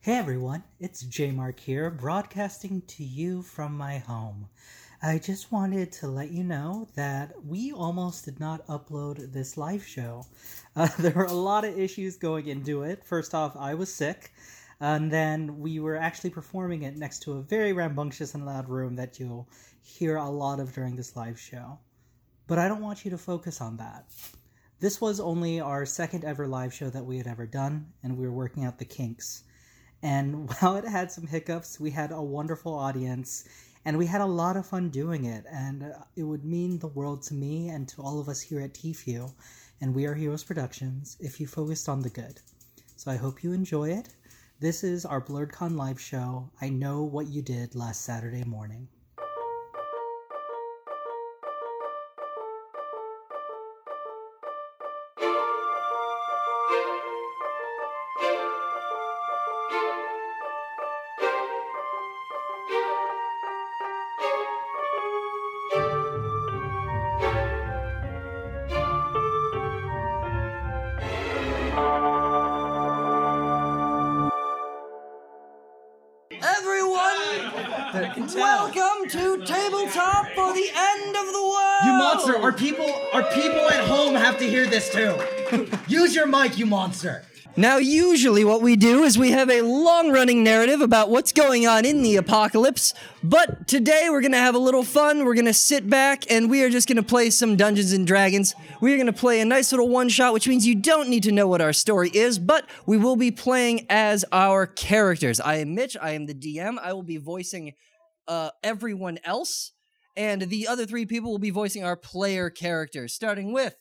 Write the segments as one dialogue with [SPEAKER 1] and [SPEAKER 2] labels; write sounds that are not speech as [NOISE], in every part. [SPEAKER 1] Hey everyone, it's J Mark here, broadcasting to you from my home. I just wanted to let you know that we almost did not upload this live show. [LAUGHS] Uh, there were a lot of issues going into it. First off, I was sick, and then we were actually performing it next to a very rambunctious and loud room that you'll hear a lot of during this live show. But I don't want you to focus on that. This was only our second ever live show that we had ever done, and we were working out the kinks. And [LAUGHS] while it had some hiccups, we had a wonderful audience and we had a lot of fun doing it. And uh, it would mean the world to me and to all of us here at TFU and We Are Heroes Productions if you focused on the good. So I hope you enjoy it. This is our BlurredCon live show. I know what you did last Saturday morning.
[SPEAKER 2] Everyone, welcome to Tabletop for the End of the World!
[SPEAKER 3] You monster! Our people, our people at home have to hear this too. Use your mic, you monster.
[SPEAKER 2] Now, usually what we do is we have a long running narrative about what's going on in the apocalypse, but today we're gonna have a little fun. We're gonna sit back and we are just gonna play some Dungeons and Dragons. We are gonna play a nice little one shot, which means you don't need to know what our story is, but we will be playing as our characters. I am Mitch, I am the DM, I will be voicing uh, everyone else, and the other three people will be voicing our player characters, starting with.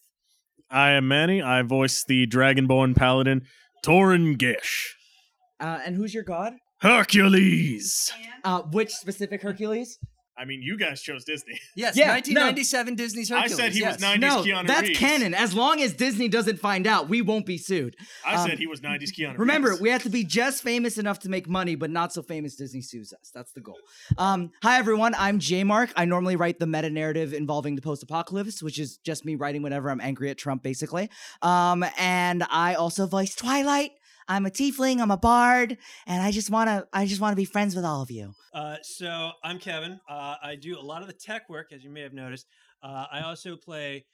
[SPEAKER 4] I am Manny. I voice the Dragonborn Paladin Torin Gish.
[SPEAKER 5] Uh, and who's your god?
[SPEAKER 4] Hercules.
[SPEAKER 5] Uh, which specific Hercules?
[SPEAKER 4] I mean, you guys chose Disney.
[SPEAKER 2] Yes,
[SPEAKER 5] Yeah, no.
[SPEAKER 2] 1997 Disney's
[SPEAKER 4] I
[SPEAKER 2] Hercules.
[SPEAKER 4] said he was
[SPEAKER 2] yes.
[SPEAKER 4] 90s
[SPEAKER 5] No,
[SPEAKER 4] Keanu
[SPEAKER 5] that's
[SPEAKER 4] Reeves.
[SPEAKER 5] canon. As long as Disney doesn't find out, we won't be sued.
[SPEAKER 4] I
[SPEAKER 5] Um,
[SPEAKER 4] said he was 90s Keanu
[SPEAKER 5] Remember,
[SPEAKER 4] Reeves.
[SPEAKER 5] we have to be just famous enough to make money, but not so famous Disney sues us. That's the goal. Um, hi, everyone. I'm J Mark. I normally write the meta narrative involving the post apocalypse, which is just me writing whenever I'm angry at Trump, basically. Um, and I also voice Twilight. I'm a tiefling. I'm a bard, and I just wanna, I just wanna be friends with all of you.
[SPEAKER 6] Uh, so I'm Kevin. Uh, I do a lot of the tech work, as you may have noticed. Uh, I also play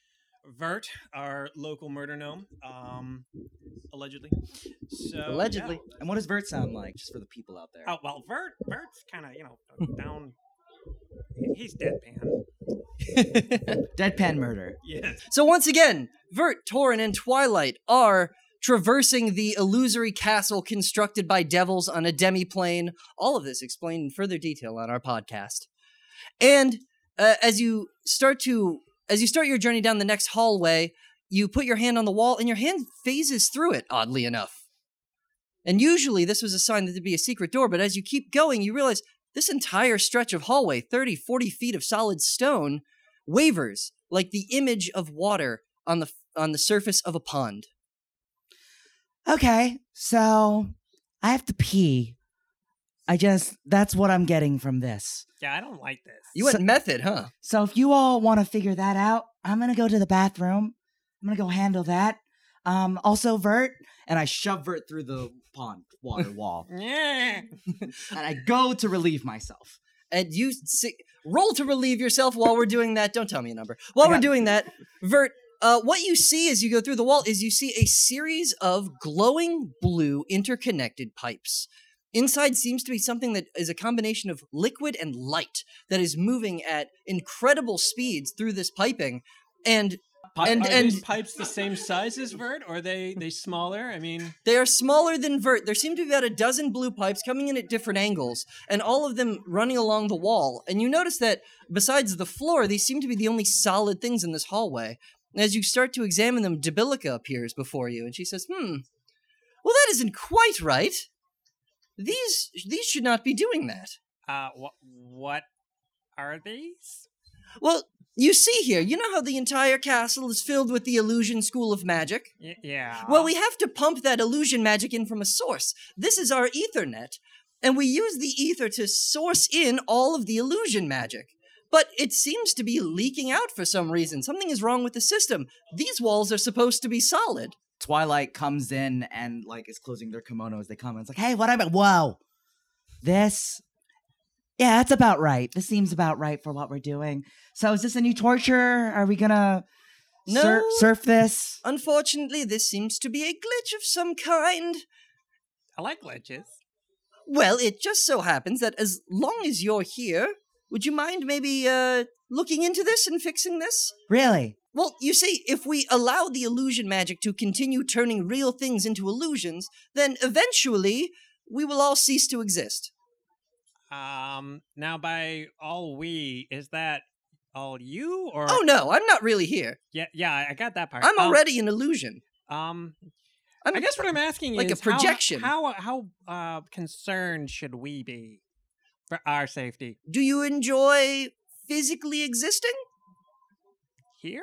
[SPEAKER 6] Vert, our local murder gnome, um, allegedly. So
[SPEAKER 5] Allegedly.
[SPEAKER 6] yeah.
[SPEAKER 5] And what does Vert sound like, just for the people out there?
[SPEAKER 6] [LAUGHS] Oh well, Vert. Vert's kind of you know down. He's deadpan.
[SPEAKER 5] Deadpan murder.
[SPEAKER 6] Yes.
[SPEAKER 2] So once again, Vert, Torin, and Twilight are traversing the illusory castle constructed by devils on a demiplane. All of this explained in further detail on our podcast. And uh, as you start to as you start your journey down the next hallway, you put your hand on the wall and your hand phases through it oddly enough. And usually this was a sign that there'd be a secret door, but as you keep going, you realize this entire stretch of hallway, 30, 40 feet of solid stone, wavers like the image of water on the on the surface of a pond.
[SPEAKER 5] Okay, so I have to pee. I just, that's what I'm getting from this.
[SPEAKER 6] Yeah, I don't like this.
[SPEAKER 2] You went
[SPEAKER 5] So-
[SPEAKER 2] method, huh?
[SPEAKER 5] So if you all want to figure that out, I'm going to go to the bathroom. I'm going to go handle that. Um, also, Vert. And I shove Vert through the pond water wall.
[SPEAKER 6] Yeah.
[SPEAKER 5] and I go to relieve myself.
[SPEAKER 2] And you si- roll to relieve yourself while we're doing that. Don't tell me a number. While
[SPEAKER 5] I
[SPEAKER 2] we're
[SPEAKER 5] got-
[SPEAKER 2] doing that, Vert, uh, what you see as you go through the wall is you see a series of glowing blue interconnected pipes. Inside seems to be something that is a combination of liquid and light that is moving at incredible speeds through this piping. And And-
[SPEAKER 6] are
[SPEAKER 2] and-
[SPEAKER 6] these pipes the same size as Vert, or are they they smaller? I mean,
[SPEAKER 2] They are smaller than vert. There seem to be about a dozen blue pipes coming in at different angles, and all of them running along the wall. And you notice that besides the floor, these seem to be the only solid things in this hallway. And as you start to examine them, Debilica appears before you, and she says, "Hmm, well, that isn't quite right. These these should not be doing that."
[SPEAKER 6] uh, wh- what are these?
[SPEAKER 2] Well, you see here, you know how the entire castle is filled with the illusion school of magic.
[SPEAKER 6] Y- yeah.
[SPEAKER 2] Well, we have to pump that illusion magic in from a source. This is our Ethernet, and we use the ether to source in all of the illusion magic. But it seems to be leaking out for some reason. Something is wrong with the system. These walls are supposed to be solid.
[SPEAKER 5] Twilight comes in and like is closing their kimono as they come. And it's like, hey, what about? Whoa, this. Yeah, that's about right. This seems about right for what we're doing. So, is this a new torture? Are we gonna sur-
[SPEAKER 2] No.
[SPEAKER 5] surf this?
[SPEAKER 2] Unfortunately, this seems to be a glitch of some kind.
[SPEAKER 6] I like glitches.
[SPEAKER 2] Well, it just so happens that as long as you're here, would you mind maybe uh, looking into this and fixing this?
[SPEAKER 5] Really?
[SPEAKER 2] Well, you see, if we allow the illusion magic to continue turning real things into illusions, then eventually we will all cease to exist.
[SPEAKER 6] Um, now by all we is that all you or
[SPEAKER 2] Oh no, I'm not really here.
[SPEAKER 6] yeah yeah I- I got that part.
[SPEAKER 2] I'm
[SPEAKER 6] Um,
[SPEAKER 2] already an illusion. [LAUGHS]
[SPEAKER 6] Um,
[SPEAKER 2] I'm-
[SPEAKER 6] I guess what I'm asking
[SPEAKER 2] like a
[SPEAKER 6] is how-
[SPEAKER 2] projection.
[SPEAKER 6] How how, uh, concerned should we be for our safety
[SPEAKER 2] Do you enjoy physically existing?
[SPEAKER 6] here?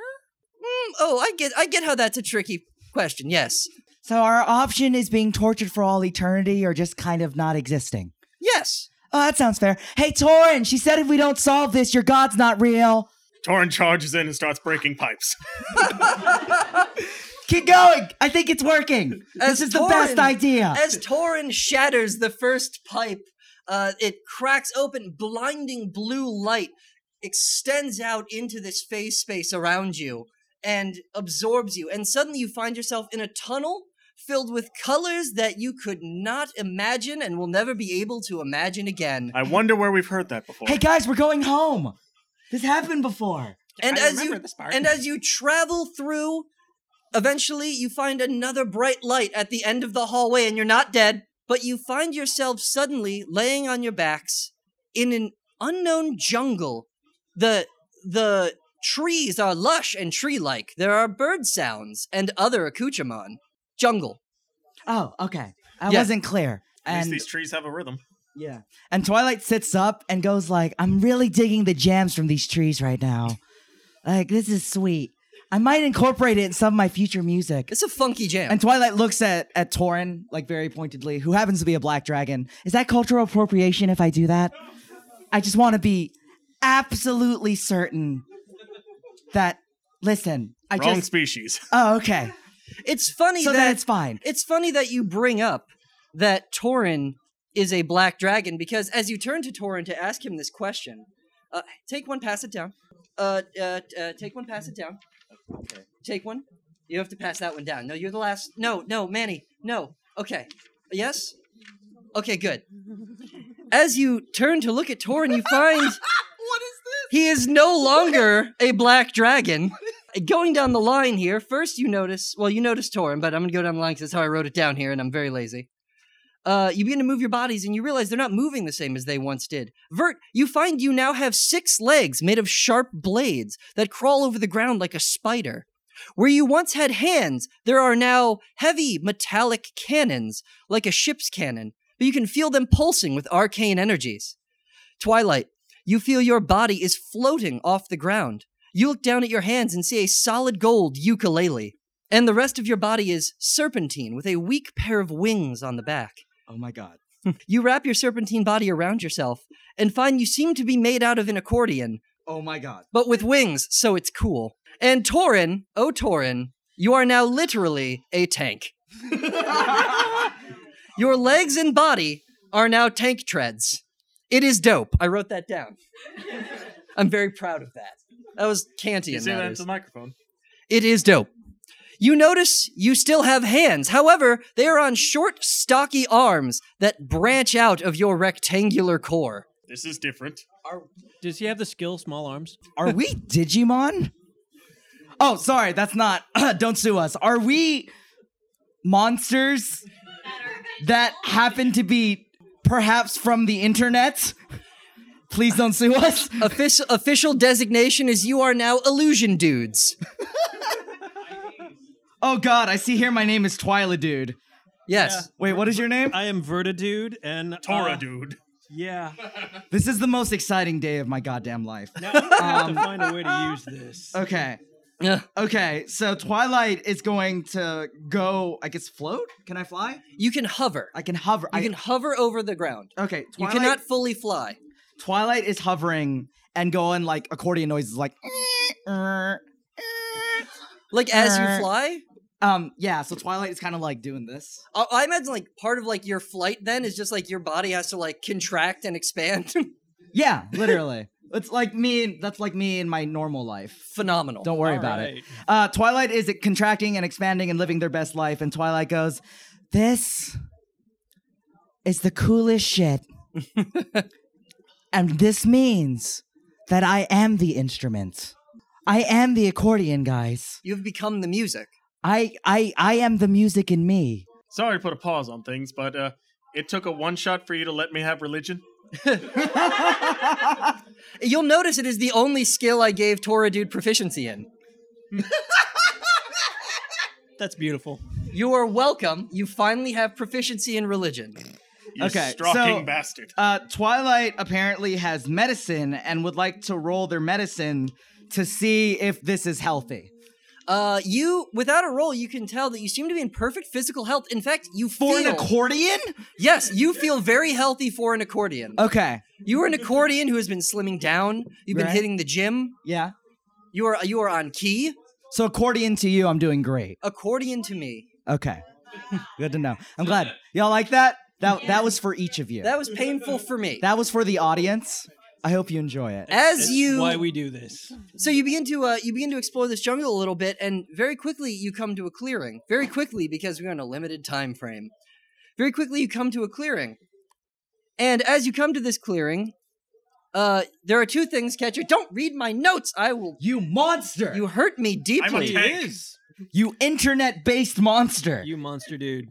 [SPEAKER 2] Mm, oh, I get, I get how that's a tricky question. Yes,
[SPEAKER 5] So, our option is being tortured for all eternity, or just kind of not existing.
[SPEAKER 2] yes.
[SPEAKER 5] Oh, that sounds fair. Hey, Torin, she said if we don't solve this, your god's not real.
[SPEAKER 4] Torin charges in and starts breaking pipes.
[SPEAKER 5] Keep going. I think it's working.
[SPEAKER 2] As
[SPEAKER 5] this is the
[SPEAKER 2] Torin-
[SPEAKER 5] best idea.
[SPEAKER 2] [LAUGHS] As Torin shatters the first pipe, uh, it cracks open, blinding blue light extends out into this phase space around you and absorbs you. And suddenly you find yourself in a tunnel filled with colors that you could not imagine and will never be able to imagine again.
[SPEAKER 4] I wonder where we've heard that before.
[SPEAKER 5] hey, guys, we're going home. This happened before.
[SPEAKER 2] And
[SPEAKER 6] I
[SPEAKER 2] as
[SPEAKER 6] remember
[SPEAKER 2] you
[SPEAKER 6] this part.
[SPEAKER 2] and as you travel through, eventually you find another bright light at the end of the hallway, and you're not dead, but you find yourself suddenly laying on your backs in an unknown jungle. The the trees are lush and tree-like. There are bird sounds and other accoutrement. Jungle.
[SPEAKER 5] Oh, okay. I
[SPEAKER 2] Yeah.
[SPEAKER 5] wasn't clear.
[SPEAKER 4] At least
[SPEAKER 5] And
[SPEAKER 4] these trees have a rhythm.
[SPEAKER 5] yeah. And Twilight sits up and goes like, "I'm really digging the jams from these trees right now. Like this is sweet. I might incorporate it in some of my future music."
[SPEAKER 2] It's a funky jam.
[SPEAKER 5] And Twilight looks at at Torin like very pointedly, who happens to be a black dragon. Is that cultural appropriation if I do that? I just want to be absolutely certain that listen, I
[SPEAKER 4] Wrong
[SPEAKER 5] just
[SPEAKER 4] species.
[SPEAKER 5] Oh, okay.
[SPEAKER 2] it's funny
[SPEAKER 5] So
[SPEAKER 2] that
[SPEAKER 5] then it's fine.
[SPEAKER 2] It's funny that you bring up that Torin is a black dragon because as you turn to Torin to ask him this question, uh, take one, pass it down. Uh, uh, uh, take one, pass it down. Take one. You have to pass that one down. No, you're the last. No, no, Manny. No. Okay. Yes? Okay, good. As you turn to look at Torin, you find. [LAUGHS] what is this? He is no longer a black dragon going down the line here, first you notice, well, you notice Torin, but I'm going to go down the line because that's how I wrote it down here, and I'm very lazy. Uh, you begin to move your bodies, and you realize they're not moving the same as they once did. Vert, you find you now have six legs made of sharp blades that crawl over the ground like a spider. Where you once had hands, there are now heavy metallic cannons, like a ship's cannon, but you can feel them pulsing with arcane energies. Twilight, you feel your body is floating off the ground. You look down at your hands and see a solid gold ukulele, and the rest of your body is serpentine with a weak pair of wings on the back.
[SPEAKER 5] Oh my god.
[SPEAKER 2] [LAUGHS] You wrap your serpentine body around yourself and find you seem to be made out of an accordion,
[SPEAKER 5] Oh my god.
[SPEAKER 2] but with wings, so it's cool. And Torin, oh Torin, you are now literally a
[SPEAKER 5] [LAUGHS]
[SPEAKER 2] tank. your legs and body are now tank treads. It is dope. I wrote that
[SPEAKER 5] [LAUGHS]
[SPEAKER 2] down. I'm very proud of that. That was Kantian.
[SPEAKER 4] You say
[SPEAKER 2] that
[SPEAKER 4] that
[SPEAKER 2] is.
[SPEAKER 4] into the microphone.
[SPEAKER 2] It is dope. You notice you still have hands. However, they are on short, stocky arms that branch out of your rectangular core.
[SPEAKER 4] This is different.
[SPEAKER 6] Does he have the skill small arms?
[SPEAKER 5] Are we Digimon? Oh, sorry, that's not. [CLEARS THROAT] Don't sue us. Are we monsters that happen to be perhaps from the internet? Please don't sue us.
[SPEAKER 2] Offic- official designation is you are now illusion dudes.
[SPEAKER 5] Oh God, I see here my name is Twyla Dude.
[SPEAKER 2] Yes.
[SPEAKER 5] Wait, what is your name?
[SPEAKER 6] I am Verta dude and
[SPEAKER 4] Tora,
[SPEAKER 6] uh,
[SPEAKER 4] dude.
[SPEAKER 6] Yeah,
[SPEAKER 5] This is the most exciting day of my goddamn life. Um,
[SPEAKER 6] I
[SPEAKER 2] [LAUGHS]
[SPEAKER 6] have [LAUGHS] to find a way to use this.
[SPEAKER 5] Okay.
[SPEAKER 2] Yeah.
[SPEAKER 5] Okay, so Twilight is going to go, I guess, float? Can I fly?
[SPEAKER 2] You can hover.
[SPEAKER 5] I can hover.
[SPEAKER 2] You
[SPEAKER 5] I
[SPEAKER 2] can hover over the ground.
[SPEAKER 5] Okay, Twilight.
[SPEAKER 2] You cannot fully fly.
[SPEAKER 5] Twilight is hovering and going like accordion noises, like.
[SPEAKER 2] Like as you
[SPEAKER 5] Uh,
[SPEAKER 2] fly,
[SPEAKER 5] Um, yeah, so Twilight is kind of like doing this.
[SPEAKER 2] I, I imagine like part of like your flight then is just like your body has to like contract and expand. [LAUGHS]
[SPEAKER 5] Yeah, literally. it's like me. That's like me in my normal life.
[SPEAKER 2] Phenomenal.
[SPEAKER 5] Don't worry
[SPEAKER 6] All
[SPEAKER 5] about it.
[SPEAKER 6] right.
[SPEAKER 5] Uh, Twilight is it contracting and expanding and living their best life, and Twilight goes, "This is the coolest shit," and this means that I am the instrument. I am the accordion, guys.
[SPEAKER 2] You've become the music.
[SPEAKER 5] I I I am the music in me.
[SPEAKER 4] Sorry to put a pause on things, but uh, it took a one shot for you to let me have religion.
[SPEAKER 2] You'll notice it is the only skill I gave Tora dude proficiency in.
[SPEAKER 6] [LAUGHS] That's beautiful.
[SPEAKER 2] You are welcome. You finally have proficiency in religion.
[SPEAKER 4] You
[SPEAKER 5] Okay,
[SPEAKER 4] stalking
[SPEAKER 5] so-
[SPEAKER 4] bastard.
[SPEAKER 5] Uh, Twilight apparently has medicine and would like to roll their medicine to see if this is healthy.
[SPEAKER 2] Uh, you, without a roll, you can tell that you seem to be in perfect physical health. In fact, you
[SPEAKER 5] For
[SPEAKER 2] feel
[SPEAKER 5] an accordion?
[SPEAKER 2] yes, you feel very healthy for an accordion.
[SPEAKER 5] Okay.
[SPEAKER 2] you are an accordion who has been slimming down. You've been
[SPEAKER 5] Right.
[SPEAKER 2] hitting the gym.
[SPEAKER 5] Yeah.
[SPEAKER 2] You are you are on key.
[SPEAKER 5] So accordion to you, I'm doing great.
[SPEAKER 2] Accordion to me.
[SPEAKER 5] Okay. [LAUGHS] Good to know. I'm glad. Y'all like that? That that was for each of you.
[SPEAKER 2] That was painful for me.
[SPEAKER 5] That was for the audience. I hope you enjoy it.
[SPEAKER 2] As
[SPEAKER 6] That's
[SPEAKER 2] you
[SPEAKER 6] why we do this.
[SPEAKER 2] So you begin to uh, you begin to explore this jungle a little bit, and very quickly you come to a clearing. Very quickly because we're on a limited time frame. Very quickly you come to a clearing, and as you come to this clearing, uh, there are two things, Catcher. Don't read my notes. I will.
[SPEAKER 5] You monster.
[SPEAKER 2] You hurt me
[SPEAKER 4] I'm a
[SPEAKER 2] deeply.
[SPEAKER 4] tank.
[SPEAKER 5] You internet-based monster.
[SPEAKER 6] You monster dude.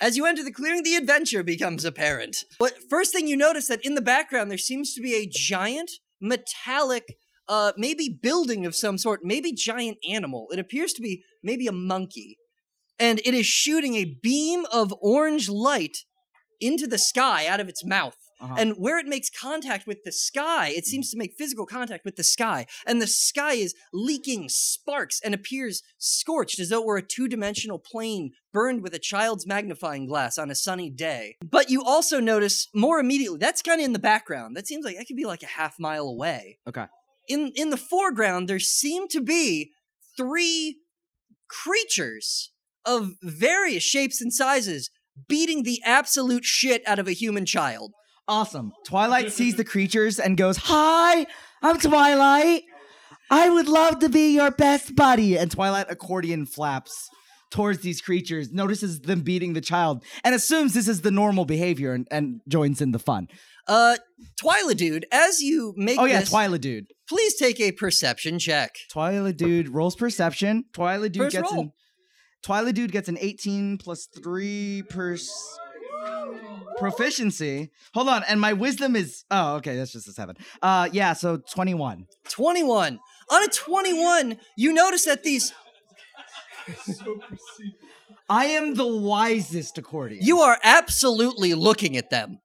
[SPEAKER 2] As you enter the clearing, the adventure becomes apparent. But first thing you notice that in the background there seems to be a giant metallic uh maybe building of some sort, maybe giant animal. It appears to be maybe a monkey. And it is shooting a beam of orange light into the sky out of its mouth.
[SPEAKER 5] Uh-huh. Mm.
[SPEAKER 2] And where it makes contact with the sky, it seems to make physical contact with the sky. And the sky is leaking sparks and appears scorched as though it were a two dimensional plane burned with a child's magnifying glass on a sunny day. But you also notice more immediately that's kind of in the background. That seems like that could be like a half mile away.
[SPEAKER 5] Okay.
[SPEAKER 2] In, in the foreground, there seem to be three creatures of various shapes and sizes beating the absolute shit out of a human child.
[SPEAKER 5] Awesome. Twilight sees the creatures and goes, Hi, I'm Twilight. I would love to be your best buddy. And Twilight accordion flaps towards these creatures, notices them beating the child, and assumes this is the normal behavior and, and joins in the fun.
[SPEAKER 2] Uh, Twyla dude, as you make
[SPEAKER 5] Oh, yeah,
[SPEAKER 2] this,
[SPEAKER 5] Twilight Dude.
[SPEAKER 2] please take a perception check.
[SPEAKER 5] Twilight Dude rolls perception. Twilight Dude
[SPEAKER 2] First
[SPEAKER 5] gets
[SPEAKER 2] roll.
[SPEAKER 5] an. Twilight Dude gets an 18 plus 3 per. Proficiency. Hold on, and my wisdom is oh okay, that's just a seven. Uh yeah, so twenty-one.
[SPEAKER 2] 21. On a 21, you notice that these
[SPEAKER 5] I am the wisest accordion.
[SPEAKER 2] you are absolutely looking at them.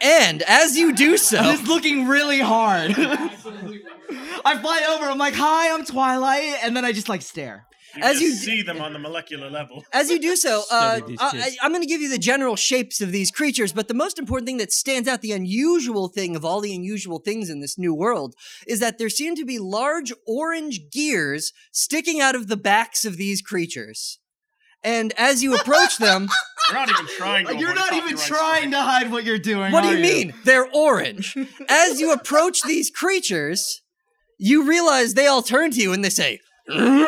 [SPEAKER 2] And as you do
[SPEAKER 5] I'm [LAUGHS]
[SPEAKER 2] so,
[SPEAKER 5] just looking really hard. [LAUGHS] I fly over. I'm like, "Hi, I'm Twilight," and then I just like stare.
[SPEAKER 4] You
[SPEAKER 2] As
[SPEAKER 4] just
[SPEAKER 2] you-
[SPEAKER 4] see them on the molecular level.
[SPEAKER 2] as you do so, uh,
[SPEAKER 6] Study these
[SPEAKER 2] I,
[SPEAKER 6] kids.
[SPEAKER 2] I'm going to give you the general shapes of these creatures, but the most important thing that stands out, the unusual thing of all the unusual things in this new world, is that there seem to be large orange gears sticking out of the backs of these creatures. And as you approach them,
[SPEAKER 4] You're not even trying. to
[SPEAKER 5] [LAUGHS] You're
[SPEAKER 4] avoid
[SPEAKER 5] not
[SPEAKER 4] copyright
[SPEAKER 5] even
[SPEAKER 4] strike.
[SPEAKER 5] trying to hide what you're doing.
[SPEAKER 2] What do
[SPEAKER 5] are
[SPEAKER 2] you mean? They're orange. As you approach these creatures, you realize they all turn to you and they say, "Hmm?"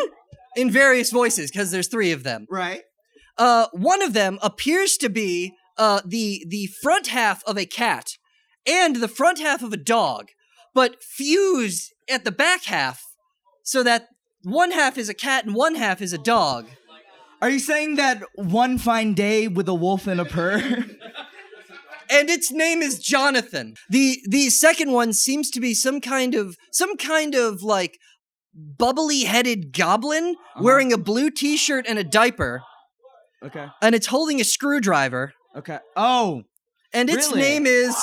[SPEAKER 2] in various voices, because there's three of them.
[SPEAKER 5] Right.
[SPEAKER 2] Uh, one of them appears to be uh, the the front half of a cat and the front half of a dog, but fused at the back half, so that one half is a cat and one half is a dog.
[SPEAKER 5] Are you saying that one fine day with a wolf and a purr? [LAUGHS]
[SPEAKER 2] and its name is Jonathan. The the second one seems to be some kind of some kind of like bubbly headed goblin wearing a blue t shirt and a diaper,
[SPEAKER 5] okay.
[SPEAKER 2] and it's holding a screwdriver,
[SPEAKER 5] Okay. Oh,
[SPEAKER 2] and its
[SPEAKER 5] Really?
[SPEAKER 2] name is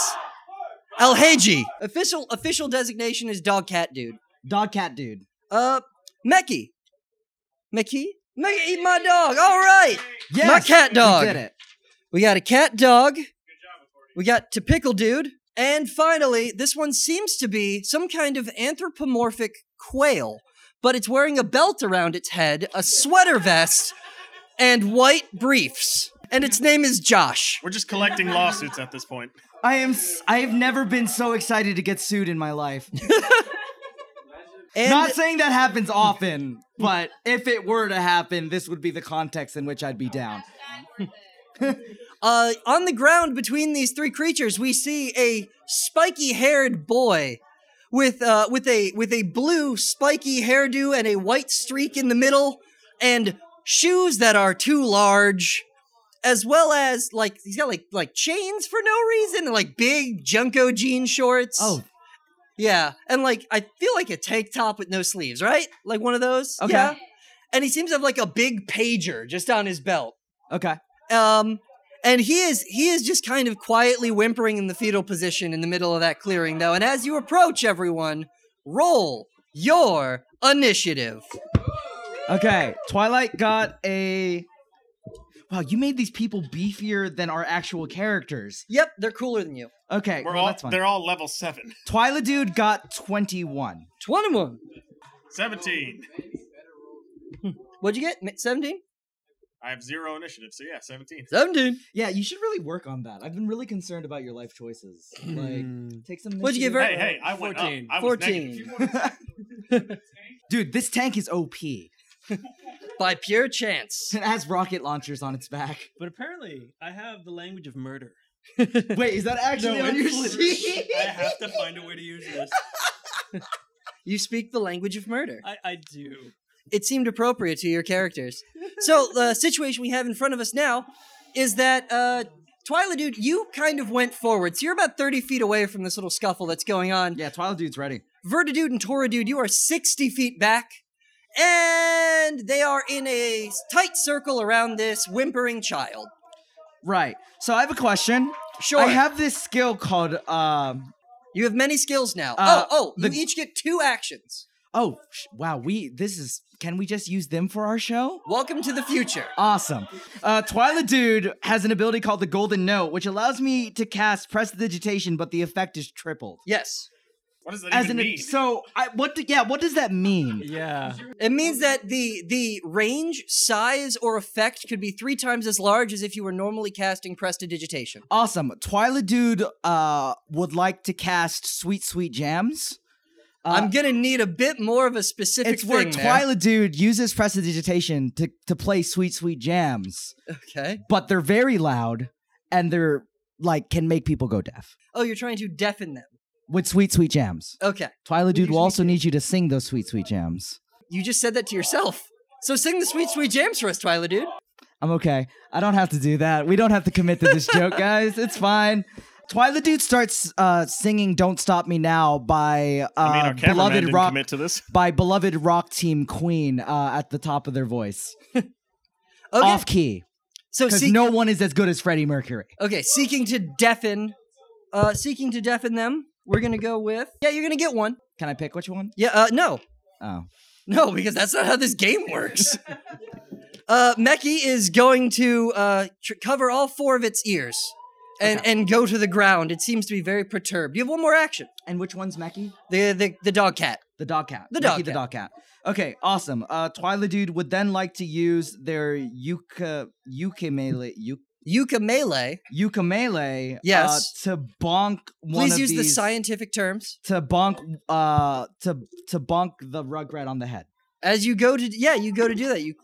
[SPEAKER 2] Alhaji. Official official designation is dog cat dude.
[SPEAKER 5] dog cat dude.
[SPEAKER 2] Uh, Meki, Meki, Meki, eat my dog. All right,
[SPEAKER 5] Yes,
[SPEAKER 2] cat
[SPEAKER 5] we
[SPEAKER 2] dog.
[SPEAKER 5] did it.
[SPEAKER 2] we got a cat dog. We got to pickle dude. And finally, this one seems to be some kind of anthropomorphic quail, but it's wearing a belt around its head, a sweater vest, and white briefs, and its name is Josh.
[SPEAKER 4] We're just collecting lawsuits at this point.
[SPEAKER 5] I am. s- I have never been so excited to get sued in my [LAUGHS] life.
[SPEAKER 2] And
[SPEAKER 5] Not saying that happens often, but if it were to happen, this would be the context in which I'd be down.
[SPEAKER 2] uh, on the ground between these three creatures, we see a spiky-haired boy with uh, with a with a blue spiky hairdo and a white streak in the middle, and shoes that are too large, as well as like he's got like like chains for no reason, and, like big Junko jean shorts.
[SPEAKER 5] Oh.
[SPEAKER 2] yeah, and like I feel like a tank top with no sleeves, right? Like one of those.
[SPEAKER 5] Okay.
[SPEAKER 2] Yeah. And he seems to have like a big pager just on his belt.
[SPEAKER 5] Okay.
[SPEAKER 2] Um, and he is he is just kind of quietly whimpering in the fetal position in the middle of that clearing, though. And as you approach, everyone, roll your initiative.
[SPEAKER 5] Okay. Twilight got a. Wow, you made these people beefier than our actual characters.
[SPEAKER 2] Yep, they're cooler than you.
[SPEAKER 5] Okay,
[SPEAKER 4] We're
[SPEAKER 5] well,
[SPEAKER 4] all
[SPEAKER 5] that's fine.
[SPEAKER 4] they're all level seven. [LAUGHS]
[SPEAKER 5] Twilight dude got twenty-one.
[SPEAKER 2] Twenty-one.
[SPEAKER 4] Seventeen.
[SPEAKER 2] What'd you get? Seventeen.
[SPEAKER 4] I have zero initiative, so yeah, seventeen.
[SPEAKER 2] Seventeen.
[SPEAKER 5] Yeah, you should really work on that. I've been really concerned about your life choices. Like,
[SPEAKER 6] Mm.
[SPEAKER 5] take some.
[SPEAKER 2] What'd you get,
[SPEAKER 5] initiative.
[SPEAKER 4] Hey, hey, I went up.
[SPEAKER 6] 14.
[SPEAKER 4] I was negative.
[SPEAKER 2] Fourteen.
[SPEAKER 5] Dude, this tank is OP.
[SPEAKER 2] By pure chance.
[SPEAKER 5] [LAUGHS] It has rocket launchers on its back.
[SPEAKER 6] But apparently, I have the language of murder.
[SPEAKER 5] Wait, is that actually on your
[SPEAKER 6] it's-
[SPEAKER 5] sheet?
[SPEAKER 2] [LAUGHS]
[SPEAKER 6] I have to find a way to use this.
[SPEAKER 2] [LAUGHS] You speak the language of murder.
[SPEAKER 6] [LAUGHS] I, I do.
[SPEAKER 2] it seemed appropriate to your characters. So the situation we have in front of us now is that uh, Twyla, dude, you kind of went forward. So you're about 30 feet away from this little scuffle that's going on.
[SPEAKER 5] Yeah, Twilight dude's ready.
[SPEAKER 2] Verta dude and Tora dude, you are 60 feet back. And they are in a tight circle around this whimpering child.
[SPEAKER 5] Right. So I have a question.
[SPEAKER 2] Sure.
[SPEAKER 5] I have this skill called um
[SPEAKER 2] you have many skills now.
[SPEAKER 5] Uh,
[SPEAKER 2] oh, oh,
[SPEAKER 5] the-
[SPEAKER 2] you each get two actions.
[SPEAKER 5] oh sh- wow, we this is can we just use them for our show?
[SPEAKER 2] Welcome to the future.
[SPEAKER 5] Awesome. Uh, Twilight Dude has an ability called the Golden Note, which allows me to cast Prestidigitation, but the effect is tripled.
[SPEAKER 2] Yes.
[SPEAKER 4] What does that
[SPEAKER 5] As
[SPEAKER 4] even
[SPEAKER 5] an
[SPEAKER 4] mean?
[SPEAKER 5] so, I, what? Do, yeah, what does that mean?
[SPEAKER 6] Yeah.
[SPEAKER 2] It means that the the range, size, or effect could be three times as large as if you were normally casting prestidigitation.
[SPEAKER 5] Awesome. Twilight Dude uh, would like to cast Sweet Sweet Jams. Uh,
[SPEAKER 2] I'm gonna need a bit more of a specific
[SPEAKER 5] it's where
[SPEAKER 2] thing there.
[SPEAKER 5] Twilight Dude uses Prestidigitation to to play Sweet Sweet Jams,
[SPEAKER 2] Okay.
[SPEAKER 5] but they're very loud and they're like can make people go deaf
[SPEAKER 2] Oh, you're trying to deafen them.
[SPEAKER 5] with Sweet Sweet Jams.
[SPEAKER 2] Okay.
[SPEAKER 5] Twilight Dude will also need you to sing those Sweet Sweet Jams.
[SPEAKER 2] You just said that to yourself. So sing the sweet, sweet jams for us, Twyla, dude.
[SPEAKER 5] I'm okay. I don't have to do that. We don't have to commit to this
[SPEAKER 2] [LAUGHS]
[SPEAKER 5] joke, guys. It's fine. Twilight Dude starts uh, singing "Don't Stop Me Now" by uh,
[SPEAKER 4] I mean, our cameraman
[SPEAKER 5] beloved
[SPEAKER 4] didn't
[SPEAKER 5] rock
[SPEAKER 4] commit to this.
[SPEAKER 5] by beloved rock team Queen uh, at the top of their voice,
[SPEAKER 2] Okay.
[SPEAKER 5] off key,
[SPEAKER 2] so
[SPEAKER 5] because
[SPEAKER 2] seek-
[SPEAKER 5] no one is as good as Freddie Mercury.
[SPEAKER 2] okay, seeking to deafen, uh, seeking to deafen them. We're gonna go with yeah. You're gonna get one.
[SPEAKER 5] Can I pick which one?
[SPEAKER 2] Yeah. Uh, no.
[SPEAKER 5] Oh,
[SPEAKER 2] No, because that's not how this game
[SPEAKER 5] [LAUGHS]
[SPEAKER 2] works. uh, Meki is going to uh, tr- cover all four of its ears and, and go to the ground. It seems to be very perturbed. You have one more action.
[SPEAKER 5] and which one's Mackie?
[SPEAKER 2] The the, the dog cat.
[SPEAKER 5] The dog cat.
[SPEAKER 2] The
[SPEAKER 5] Mackie
[SPEAKER 2] dog
[SPEAKER 5] The
[SPEAKER 2] cat.
[SPEAKER 5] dog cat. Okay, awesome. Uh, Twilight Dude would then like to use their yuka yukimele yuk.
[SPEAKER 2] Yuka Melee.
[SPEAKER 5] Yukimele,
[SPEAKER 2] Yes.
[SPEAKER 5] uh, to bonk one
[SPEAKER 2] Please
[SPEAKER 5] of
[SPEAKER 2] use the
[SPEAKER 5] these-
[SPEAKER 2] scientific terms.
[SPEAKER 5] to bonk uh to to bonk the rugrat on the head.
[SPEAKER 2] As you go to yeah, you go to do that. You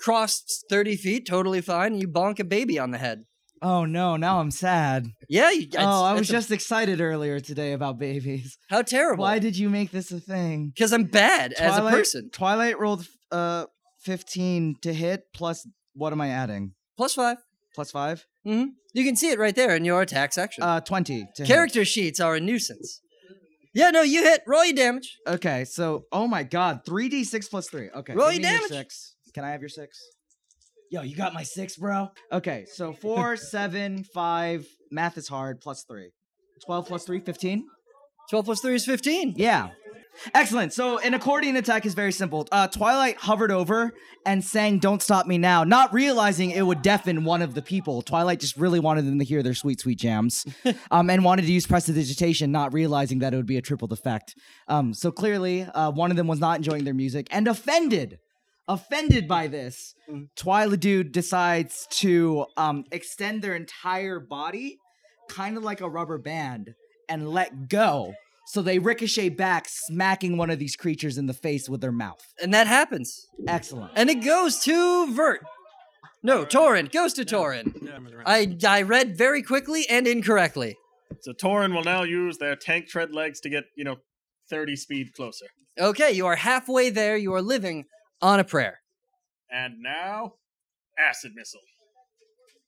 [SPEAKER 2] cross thirty feet, totally fine. And you bonk a baby on the head.
[SPEAKER 5] Oh no, now I'm sad.
[SPEAKER 2] Yeah. You, it's-
[SPEAKER 5] oh, I
[SPEAKER 2] it's
[SPEAKER 5] was
[SPEAKER 2] a-
[SPEAKER 5] just excited earlier today about babies.
[SPEAKER 2] how terrible.
[SPEAKER 5] Why did you make this a thing?
[SPEAKER 2] Because I'm bad as a
[SPEAKER 5] Twilight-
[SPEAKER 2] person.
[SPEAKER 5] Twilight rolled uh 15 to hit plus what am I adding?
[SPEAKER 2] Plus five.
[SPEAKER 5] Plus 5?
[SPEAKER 2] hmm You can see it right there in your attack section.
[SPEAKER 5] Uh 20 to hit.
[SPEAKER 2] Character sheets are a nuisance. Yeah, no, you hit. Roll your damage.
[SPEAKER 5] Okay, so oh my god, 3d6 plus 3. Okay.
[SPEAKER 2] Roll
[SPEAKER 5] give
[SPEAKER 2] your
[SPEAKER 5] me
[SPEAKER 2] damage.
[SPEAKER 5] 6. Can I have your 6? Yo, you got my 6, bro. Okay, so 4 7 5 math is hard plus 3. 12 plus 3 15.
[SPEAKER 2] 12 plus 3 is 15.
[SPEAKER 5] Yeah. Excellent. So an accordion attack is very simple. Uh, Twilight hovered over and sang Don't Stop Me Now, not realizing it would deafen one of the people. Twilight just really wanted them to hear their sweet, sweet jams um, and wanted to use prestidigitation, not realizing that it would be a tripled effect. Um, so clearly, uh, one of them was not enjoying their music and offended Offended by this,
[SPEAKER 2] Mhm.
[SPEAKER 5] Twyla dude decides to um, extend their entire body, kind of like a rubber band, and let go. So they ricochet back, smacking one of these creatures in the face with their mouth.
[SPEAKER 2] And that happens.
[SPEAKER 5] Excellent.
[SPEAKER 2] And it goes to Vert. No, Torin. Goes to Torin.
[SPEAKER 6] No, I'm around.
[SPEAKER 2] I, I read very quickly and incorrectly.
[SPEAKER 4] So Torin will now use their tank tread legs to get, you know, 30 speed closer.
[SPEAKER 2] Okay, you are halfway there. You are living on a prayer.
[SPEAKER 4] And now, acid missile.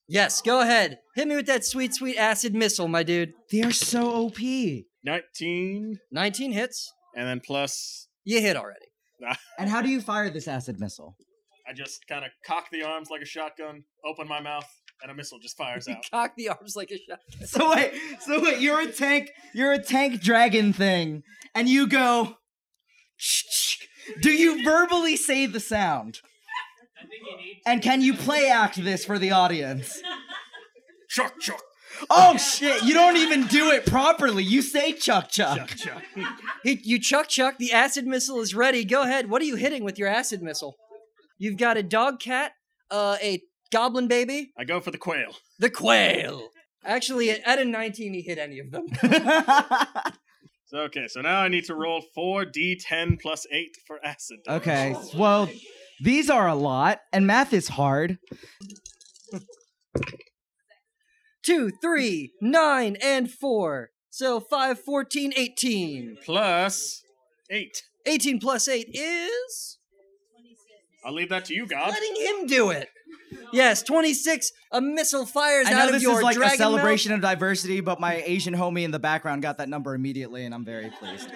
[SPEAKER 2] Yes, go ahead. Hit me with that sweet, sweet acid missile, my dude.
[SPEAKER 5] They are so OP.
[SPEAKER 4] 19,
[SPEAKER 2] 19 hits.
[SPEAKER 4] and then plus,
[SPEAKER 2] You hit already. [LAUGHS]
[SPEAKER 5] And how do you fire this acid missile? [LAUGHS]
[SPEAKER 4] I just kind of cock the arms like a shotgun, open my mouth, and a missile just fires out.
[SPEAKER 2] Cock the arms like a shot.
[SPEAKER 5] So wait, so wait, you're a tank, you're a tank dragon thing, and you go. Do you verbally say the sound? And can you play act this for the audience?
[SPEAKER 4] [LAUGHS] chuck, chuck,
[SPEAKER 5] Oh shit, you don't even do it properly. You say chuck chuck.
[SPEAKER 4] chuck.
[SPEAKER 2] He, you chuck chuck. The acid missile is ready. Go ahead. What are you hitting with your acid missile? You've got a dog cat, uh, a goblin baby,
[SPEAKER 4] I go for the quail.
[SPEAKER 2] the quail. Actually, at a 19, he hit any of them. [LAUGHS]
[SPEAKER 5] [LAUGHS]
[SPEAKER 4] So, okay, so now I need to roll 4d10 plus 8 for acid. damage.
[SPEAKER 5] okay, well, these are a lot, and math is hard.
[SPEAKER 2] Two, three, nine, and four. So five, 14, 18.
[SPEAKER 4] Plus 8.
[SPEAKER 2] 18 plus 8 is
[SPEAKER 4] I'll leave that to you, God.
[SPEAKER 2] letting him do it. Yes, 26. A missile fires
[SPEAKER 5] I
[SPEAKER 2] out
[SPEAKER 5] know
[SPEAKER 2] of
[SPEAKER 5] this
[SPEAKER 2] your
[SPEAKER 5] is like a
[SPEAKER 2] dragon mouth.
[SPEAKER 5] celebration of diversity, but my Asian homie in the background got that number immediately, and I'm very pleased.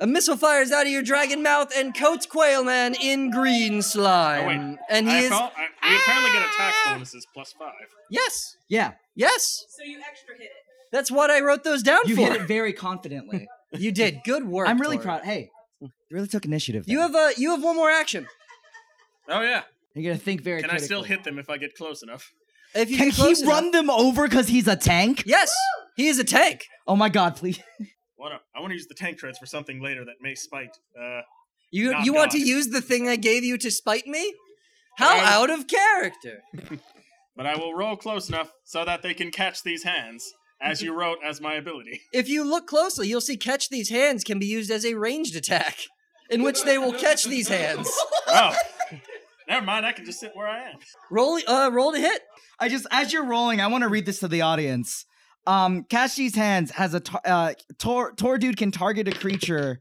[SPEAKER 2] A missile fires out of your dragon mouth and coats Quail Man in green slime.
[SPEAKER 4] Oh, wait.
[SPEAKER 2] And he
[SPEAKER 4] I
[SPEAKER 2] is
[SPEAKER 4] felt- I- we apparently get attack
[SPEAKER 5] Ah!
[SPEAKER 4] bonuses plus 5.
[SPEAKER 2] yes,
[SPEAKER 5] Yeah,
[SPEAKER 2] yes.
[SPEAKER 7] So you extra hit it.
[SPEAKER 2] That's what I wrote those down
[SPEAKER 5] you
[SPEAKER 2] for.
[SPEAKER 5] hit it
[SPEAKER 2] [LAUGHS]
[SPEAKER 5] very confidently.
[SPEAKER 2] You did good work.
[SPEAKER 5] I'm really
[SPEAKER 2] Tori.
[SPEAKER 5] proud. Hey, you really took initiative.
[SPEAKER 2] You
[SPEAKER 5] there.
[SPEAKER 2] have a you have one more action.
[SPEAKER 4] Oh, yeah.
[SPEAKER 5] You're gonna think very.
[SPEAKER 4] Can I still
[SPEAKER 5] critically.
[SPEAKER 4] hit them if I get close enough?
[SPEAKER 2] If you
[SPEAKER 5] Can
[SPEAKER 2] get close
[SPEAKER 5] he run
[SPEAKER 2] enough-
[SPEAKER 5] them over because he's a tank?
[SPEAKER 2] Yes, he is a tank.
[SPEAKER 5] Oh my god, please!
[SPEAKER 4] What up? I want to use the tank treads for something later that may spite. Uh,
[SPEAKER 2] You
[SPEAKER 4] Not
[SPEAKER 2] you want to
[SPEAKER 4] dog.
[SPEAKER 2] use the thing I gave you to spite me? How
[SPEAKER 4] Um,
[SPEAKER 2] out of character.
[SPEAKER 4] but I will roll close enough so that they can catch these hands, as
[SPEAKER 5] [LAUGHS]
[SPEAKER 4] you wrote as my ability.
[SPEAKER 2] If you look closely, you'll see catch these hands can be used as a ranged attack, in which they will catch these hands.
[SPEAKER 4] Oh, never mind. I can just sit where I am.
[SPEAKER 2] Roll uh roll to hit.
[SPEAKER 5] I just as you're rolling, I want to read this to the audience. Um, Kashi's hands has a tar- uh, tor tor dude can target a creature,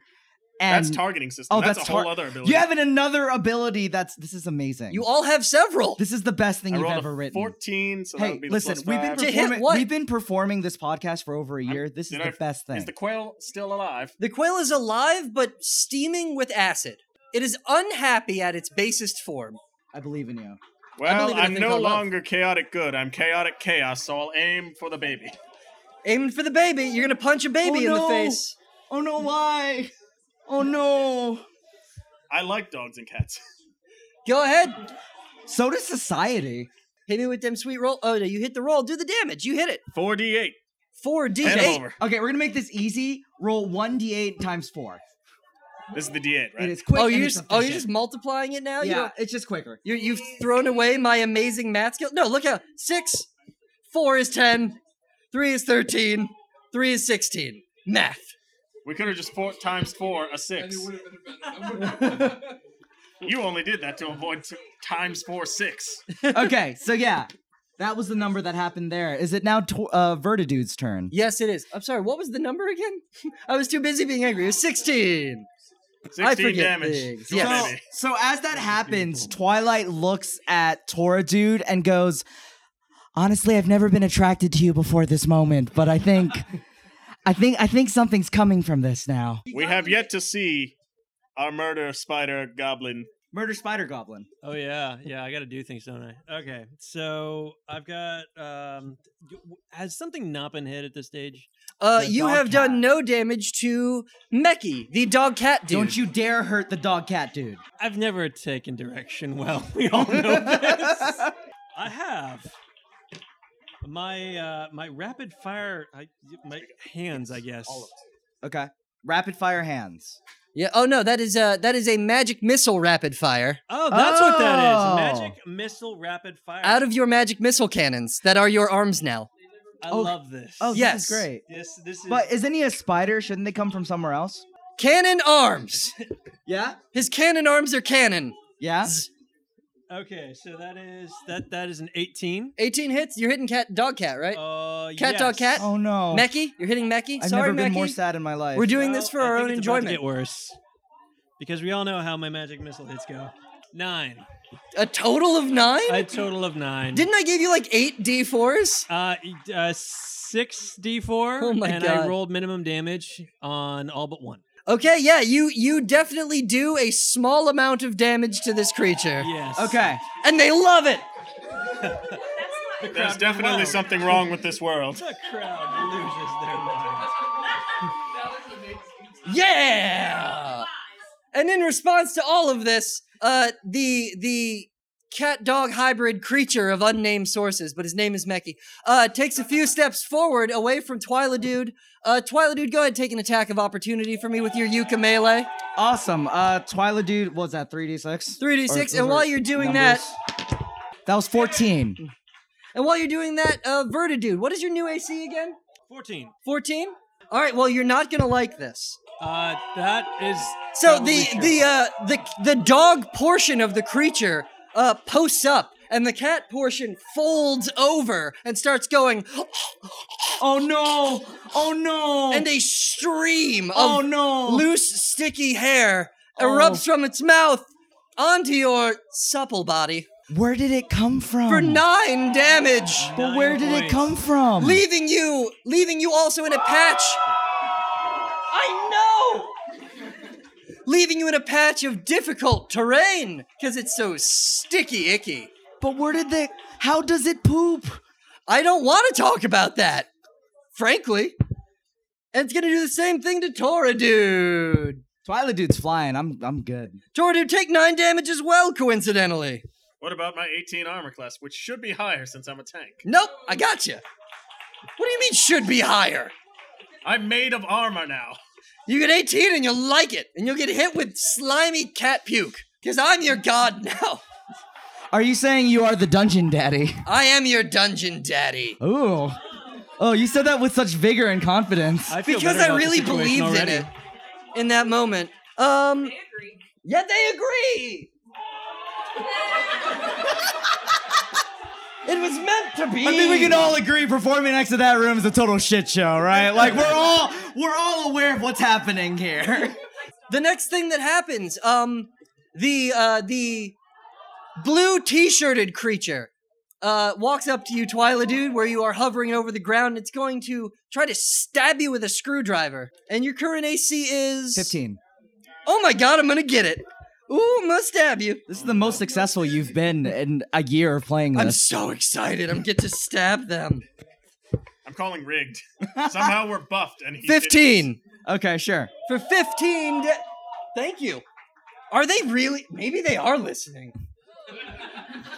[SPEAKER 5] and
[SPEAKER 4] That's targeting system.
[SPEAKER 5] Oh,
[SPEAKER 4] that's,
[SPEAKER 5] that's
[SPEAKER 4] a whole
[SPEAKER 5] tar-
[SPEAKER 4] other ability.
[SPEAKER 5] you have an, another ability. That's this is amazing.
[SPEAKER 2] You all have several.
[SPEAKER 5] this is the best thing
[SPEAKER 4] I
[SPEAKER 5] you've
[SPEAKER 4] rolled
[SPEAKER 5] ever
[SPEAKER 4] a
[SPEAKER 5] written.
[SPEAKER 4] fourteen. So that
[SPEAKER 5] hey,
[SPEAKER 4] would be the
[SPEAKER 5] listen,
[SPEAKER 4] plus
[SPEAKER 5] we've been
[SPEAKER 4] five.
[SPEAKER 2] To hit
[SPEAKER 5] performing.
[SPEAKER 2] what?
[SPEAKER 5] We've been performing this podcast for over a year. this is
[SPEAKER 4] did
[SPEAKER 5] the
[SPEAKER 4] I-
[SPEAKER 5] best thing.
[SPEAKER 4] Is the quail still alive?
[SPEAKER 2] The quail is alive but steaming with acid. It is unhappy at its basest form.
[SPEAKER 5] I believe in you.
[SPEAKER 4] Well,
[SPEAKER 2] believe in a
[SPEAKER 4] I'm
[SPEAKER 2] thing
[SPEAKER 4] no
[SPEAKER 2] called love.
[SPEAKER 4] longer chaotic good. I'm chaotic chaos. So I'll aim for the baby.
[SPEAKER 2] Aiming for the baby, you're gonna punch a baby
[SPEAKER 5] Oh,
[SPEAKER 2] in the
[SPEAKER 5] no.
[SPEAKER 2] face.
[SPEAKER 5] Oh no, why? Oh no.
[SPEAKER 4] I like dogs and cats. [LAUGHS]
[SPEAKER 2] Go ahead.
[SPEAKER 5] So does society.
[SPEAKER 2] Hit me with them sweet roll. Oh no, you hit the roll. Do the damage. You hit it.
[SPEAKER 4] Four d eight.
[SPEAKER 2] Four D
[SPEAKER 4] Hand 'em
[SPEAKER 2] eight.
[SPEAKER 4] over.
[SPEAKER 5] Okay, we're gonna make this easy. Roll 1d8 times 4.
[SPEAKER 4] This is the d eight, right?
[SPEAKER 5] It is quick.
[SPEAKER 2] Oh,
[SPEAKER 5] and
[SPEAKER 2] you're
[SPEAKER 5] it's
[SPEAKER 2] just oh you're just
[SPEAKER 5] efficient.
[SPEAKER 2] multiplying it now. You
[SPEAKER 5] Yeah,
[SPEAKER 2] don't-
[SPEAKER 5] it's
[SPEAKER 2] [LAUGHS]
[SPEAKER 5] just quicker.
[SPEAKER 2] you you've thrown away my amazing math skill. No, look out. Six, four is ten, three is thirteen, three is sixteen. Math.
[SPEAKER 4] We could have just four times four a six. [LAUGHS] you only did that to avoid t- times four
[SPEAKER 5] [LAUGHS]
[SPEAKER 4] six.
[SPEAKER 5] [LAUGHS] okay, so yeah. That was the number that happened there. Is it now tw- uh, Vertidude's turn?
[SPEAKER 2] Yes, it is. I'm sorry. What was the number again? [LAUGHS] I was too busy being angry. It was sixteen. I
[SPEAKER 4] Sixteen
[SPEAKER 2] forget
[SPEAKER 4] damage.
[SPEAKER 2] things.
[SPEAKER 4] to a
[SPEAKER 2] Yes.
[SPEAKER 5] So,
[SPEAKER 4] baby.
[SPEAKER 5] so as that happens, Twilight looks at Tora Dude and goes, "Honestly, I've never been attracted to you before this moment, but
[SPEAKER 2] [LAUGHS]
[SPEAKER 5] I think, I think, I think something's coming from this now."
[SPEAKER 4] We have yet to see our murder spider goblin.
[SPEAKER 5] Murder Spider Goblin.
[SPEAKER 6] Oh yeah, yeah. I got to do things, don't I? Okay, so I've got. um d- w- Has something not been hit at this stage?
[SPEAKER 2] Uh,
[SPEAKER 5] The
[SPEAKER 2] you
[SPEAKER 5] dog
[SPEAKER 2] have done
[SPEAKER 5] cat.
[SPEAKER 2] no damage to Meki, the dog cat dude.
[SPEAKER 5] Don't you dare hurt the dog cat dude. [LAUGHS]
[SPEAKER 6] I've never taken direction [LAUGHS] well. We all
[SPEAKER 2] [LAUGHS]
[SPEAKER 6] know this. I have my uh my rapid fire. I, my hands, I guess.
[SPEAKER 5] okay. Rapid fire hands.
[SPEAKER 2] Yeah. Oh no, that is a that is a magic missile rapid fire
[SPEAKER 6] Oh, that's what
[SPEAKER 5] Oh.
[SPEAKER 6] that is. Magic missile rapid fire.
[SPEAKER 2] out of your magic missile cannons that are your arms now.
[SPEAKER 6] I
[SPEAKER 5] Oh.
[SPEAKER 6] love this.
[SPEAKER 5] Oh,
[SPEAKER 2] Yes.
[SPEAKER 5] this is great.
[SPEAKER 6] This this is
[SPEAKER 5] But isn't he a spider? Shouldn't they come from somewhere else?
[SPEAKER 2] Cannon arms.
[SPEAKER 5] Yeah.
[SPEAKER 2] His cannon arms are cannon.
[SPEAKER 5] Yeah.
[SPEAKER 2] Z-
[SPEAKER 6] okay. So that is that that is an eighteen.
[SPEAKER 2] 18 hits. You're hitting cat dog cat, right?
[SPEAKER 6] Uh,
[SPEAKER 2] Cat, dog,
[SPEAKER 6] yes.
[SPEAKER 2] cat.
[SPEAKER 5] Oh no.
[SPEAKER 2] Mecky, you're hitting Mecky.
[SPEAKER 5] I've
[SPEAKER 2] Sorry,
[SPEAKER 5] never been more
[SPEAKER 2] Mecky.
[SPEAKER 5] sad in my life.
[SPEAKER 2] We're doing
[SPEAKER 6] Well,
[SPEAKER 2] this for
[SPEAKER 6] I
[SPEAKER 2] our
[SPEAKER 6] think
[SPEAKER 2] own
[SPEAKER 6] it's about to
[SPEAKER 2] enjoyment.
[SPEAKER 6] get worse because we all know how my magic missile hits go. Nine.
[SPEAKER 2] A total of nine?
[SPEAKER 6] A total of nine.
[SPEAKER 2] Didn't I give you like eight d4s?
[SPEAKER 6] uh, e- uh six d four.
[SPEAKER 2] Oh my
[SPEAKER 6] and
[SPEAKER 2] God.
[SPEAKER 6] I rolled minimum damage on all but one.
[SPEAKER 2] Okay, yeah, you you definitely do a small amount of damage to this creature,
[SPEAKER 6] Yes.
[SPEAKER 5] okay.
[SPEAKER 2] and they love it.
[SPEAKER 4] There's definitely something wrong with this world.
[SPEAKER 6] The crowd loses their mind.
[SPEAKER 2] Yeah. And in response to all of this, uh, the the cat dog hybrid creature of unnamed sources, but his name is Mecky, uh, takes a few steps forward away from Twyla Dude. Uh, Twyla Dude, go ahead and take an attack of opportunity for me with your Yuka melee.
[SPEAKER 5] Awesome. Uh, Twyla dude, what was that? Three d six.
[SPEAKER 2] 3d6,
[SPEAKER 5] Or-
[SPEAKER 2] and
[SPEAKER 5] those
[SPEAKER 2] while
[SPEAKER 5] are
[SPEAKER 2] you're doing
[SPEAKER 5] That was fourteen.
[SPEAKER 2] And while you're doing that, uh, Verta Dude, what is your new AC again?
[SPEAKER 6] Fourteen.
[SPEAKER 2] 14? All right, well, you're not going to like this.
[SPEAKER 6] Uh, that is
[SPEAKER 2] So
[SPEAKER 6] Probably
[SPEAKER 2] the
[SPEAKER 6] true.
[SPEAKER 2] the uh, the the dog portion of the creature uh, posts up, and the cat portion folds over and starts going,
[SPEAKER 5] Oh no! Oh no!
[SPEAKER 2] and a stream of
[SPEAKER 5] oh no!
[SPEAKER 2] loose, sticky hair erupts from its mouth onto your supple body
[SPEAKER 5] where did it come from?
[SPEAKER 2] for nine damage,
[SPEAKER 5] But where
[SPEAKER 6] Nine
[SPEAKER 5] did it
[SPEAKER 6] points.
[SPEAKER 5] come from?
[SPEAKER 2] leaving you leaving you also in a patch. I know. Leaving you in a patch of difficult terrain because it's so sticky icky.
[SPEAKER 5] But where did the? How does it poop?
[SPEAKER 2] I don't want to talk about that, frankly. And it's gonna do the same thing to Tora Dude.
[SPEAKER 5] Twilight dude's flying. I'm I'm good.
[SPEAKER 2] Tora Dude take nine damage as well, coincidentally.
[SPEAKER 4] What about my 18 armor class, which should be higher since I'm a tank?
[SPEAKER 2] Nope, I got you. What do you mean should be higher?
[SPEAKER 4] I'm made of armor now.
[SPEAKER 2] You get 18 and you'll like it, and you'll get hit with slimy cat puke. Cause I'm your god now. [LAUGHS]
[SPEAKER 5] Are you saying you are the dungeon daddy? [LAUGHS]
[SPEAKER 2] I am your dungeon daddy.
[SPEAKER 5] Ooh. Oh, you said that with such vigor and confidence.
[SPEAKER 6] I feel
[SPEAKER 2] Because
[SPEAKER 6] better
[SPEAKER 2] I
[SPEAKER 6] about the
[SPEAKER 2] really
[SPEAKER 6] situation
[SPEAKER 2] believed
[SPEAKER 6] already.
[SPEAKER 2] in it in that moment. Um Yeah, they agree. it was meant to be.
[SPEAKER 5] I think we can all agree performing next to that room is a total shit show, right? Like
[SPEAKER 2] [LAUGHS]
[SPEAKER 5] we're all we're all aware of what's happening here.
[SPEAKER 2] the next thing that happens, um, the uh, the blue t-shirted creature uh, walks up to you, Twyla dude, where you are hovering over the ground. It's going to try to stab you with a screwdriver, and your current AC is
[SPEAKER 5] Fifteen.
[SPEAKER 2] Oh my god, I'm gonna get it. Ooh, I'm gonna stab you.
[SPEAKER 5] This is the most successful you've been in a year of playing
[SPEAKER 2] I'm
[SPEAKER 5] this.
[SPEAKER 2] so excited. I'm get to stab them.
[SPEAKER 4] I'm calling rigged. Somehow we're buffed and he did this.
[SPEAKER 2] Fifteen
[SPEAKER 5] Okay, sure.
[SPEAKER 2] for fifteen. Da- Thank you. Are they really? Maybe they are listening.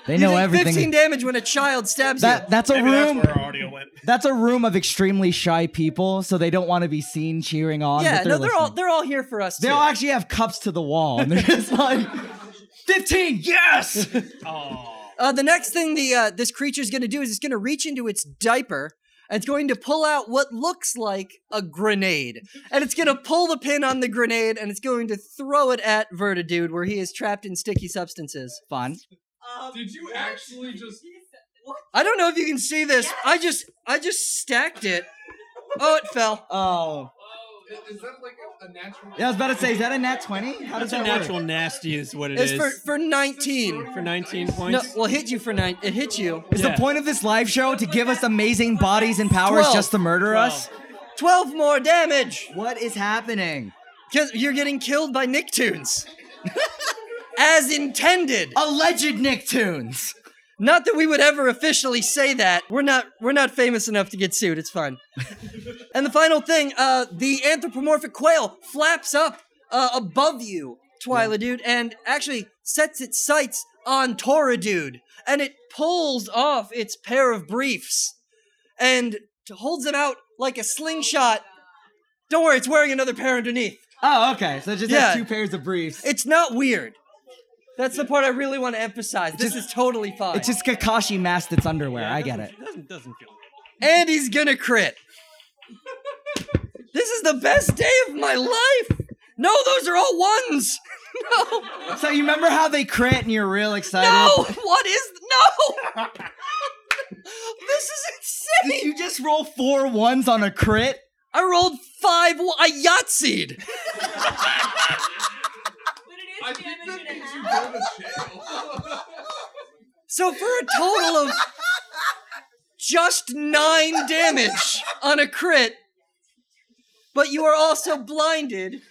[SPEAKER 5] They
[SPEAKER 2] You
[SPEAKER 5] know
[SPEAKER 2] take
[SPEAKER 5] everything.
[SPEAKER 2] Fifteen damage when a child stabs you.
[SPEAKER 5] that that's a
[SPEAKER 4] Maybe that's
[SPEAKER 5] room.
[SPEAKER 4] where our audio went.
[SPEAKER 5] That's a room of extremely shy people, so they don't want to be seen cheering on.
[SPEAKER 2] Yeah,
[SPEAKER 5] but
[SPEAKER 2] no, they're all
[SPEAKER 5] listening.
[SPEAKER 2] they're all here for us.
[SPEAKER 5] They
[SPEAKER 2] too.
[SPEAKER 5] all actually have cups to the wall, and they're just like, [LAUGHS] fifteen. Yes.
[SPEAKER 2] Uh, the next thing the uh, this creature's going to do is it's going to reach into its diaper and it's going to pull out what looks like a grenade, and it's going to pull the pin on the grenade and it's going to throw it at Verta dude where he is trapped in sticky substances.
[SPEAKER 5] Fun.
[SPEAKER 7] Did you actually just?
[SPEAKER 2] I don't know if you can see this. I just I just stacked it. Oh, it fell.
[SPEAKER 5] Oh.
[SPEAKER 7] Is is that like a, a natural?
[SPEAKER 5] Yeah, I was about to say, is that a nat twenty? How does
[SPEAKER 6] That's a
[SPEAKER 5] that work?
[SPEAKER 6] natural nasty is what it
[SPEAKER 2] it's
[SPEAKER 6] is.
[SPEAKER 2] for for nineteen.
[SPEAKER 6] for 19
[SPEAKER 2] No,
[SPEAKER 6] points.
[SPEAKER 2] well, hit you for nine. It hit you.
[SPEAKER 5] Is
[SPEAKER 6] Yeah.
[SPEAKER 5] the point of this live show to give us amazing bodies and powers
[SPEAKER 2] Twelve.
[SPEAKER 5] just to murder us?
[SPEAKER 2] Twelve more damage.
[SPEAKER 5] What is happening?
[SPEAKER 2] Because you're getting killed by Nicktoons. [LAUGHS] As intended.
[SPEAKER 5] Alleged Nicktoons.
[SPEAKER 2] Not that we would ever officially say that. We're not we're not famous enough to get sued. It's fine. [LAUGHS] and the final thing, uh, the anthropomorphic quail flaps up uh, above you, Twyla dude, and actually sets its sights on Tora dude, and it pulls off its pair of briefs and holds them out like a slingshot. Don't worry, it's wearing another pair underneath.
[SPEAKER 5] Oh, okay. So just
[SPEAKER 2] Yeah.
[SPEAKER 5] have two pairs of briefs.
[SPEAKER 2] It's not weird. That's the part I really want to emphasize. This is totally fine.
[SPEAKER 5] it's just Kakashi masked its underwear.
[SPEAKER 6] Yeah,
[SPEAKER 5] I get it.
[SPEAKER 7] [LAUGHS]
[SPEAKER 6] doesn't- Doesn't doesn't feel good.
[SPEAKER 2] and he's gonna crit. this is the best day of my life. No, those are all ones. [LAUGHS] no,
[SPEAKER 5] So you remember how they crit and you're real excited?
[SPEAKER 2] no. What is no? [LAUGHS] this is
[SPEAKER 5] Did
[SPEAKER 2] insane.
[SPEAKER 5] [LAUGHS] you just roll four ones on a crit?
[SPEAKER 2] I rolled five. wa- I [LAUGHS] Yahtzeed.
[SPEAKER 7] I think that means you go to jail.
[SPEAKER 2] [LAUGHS] So for a total of just nine damage on a crit, but you are also blinded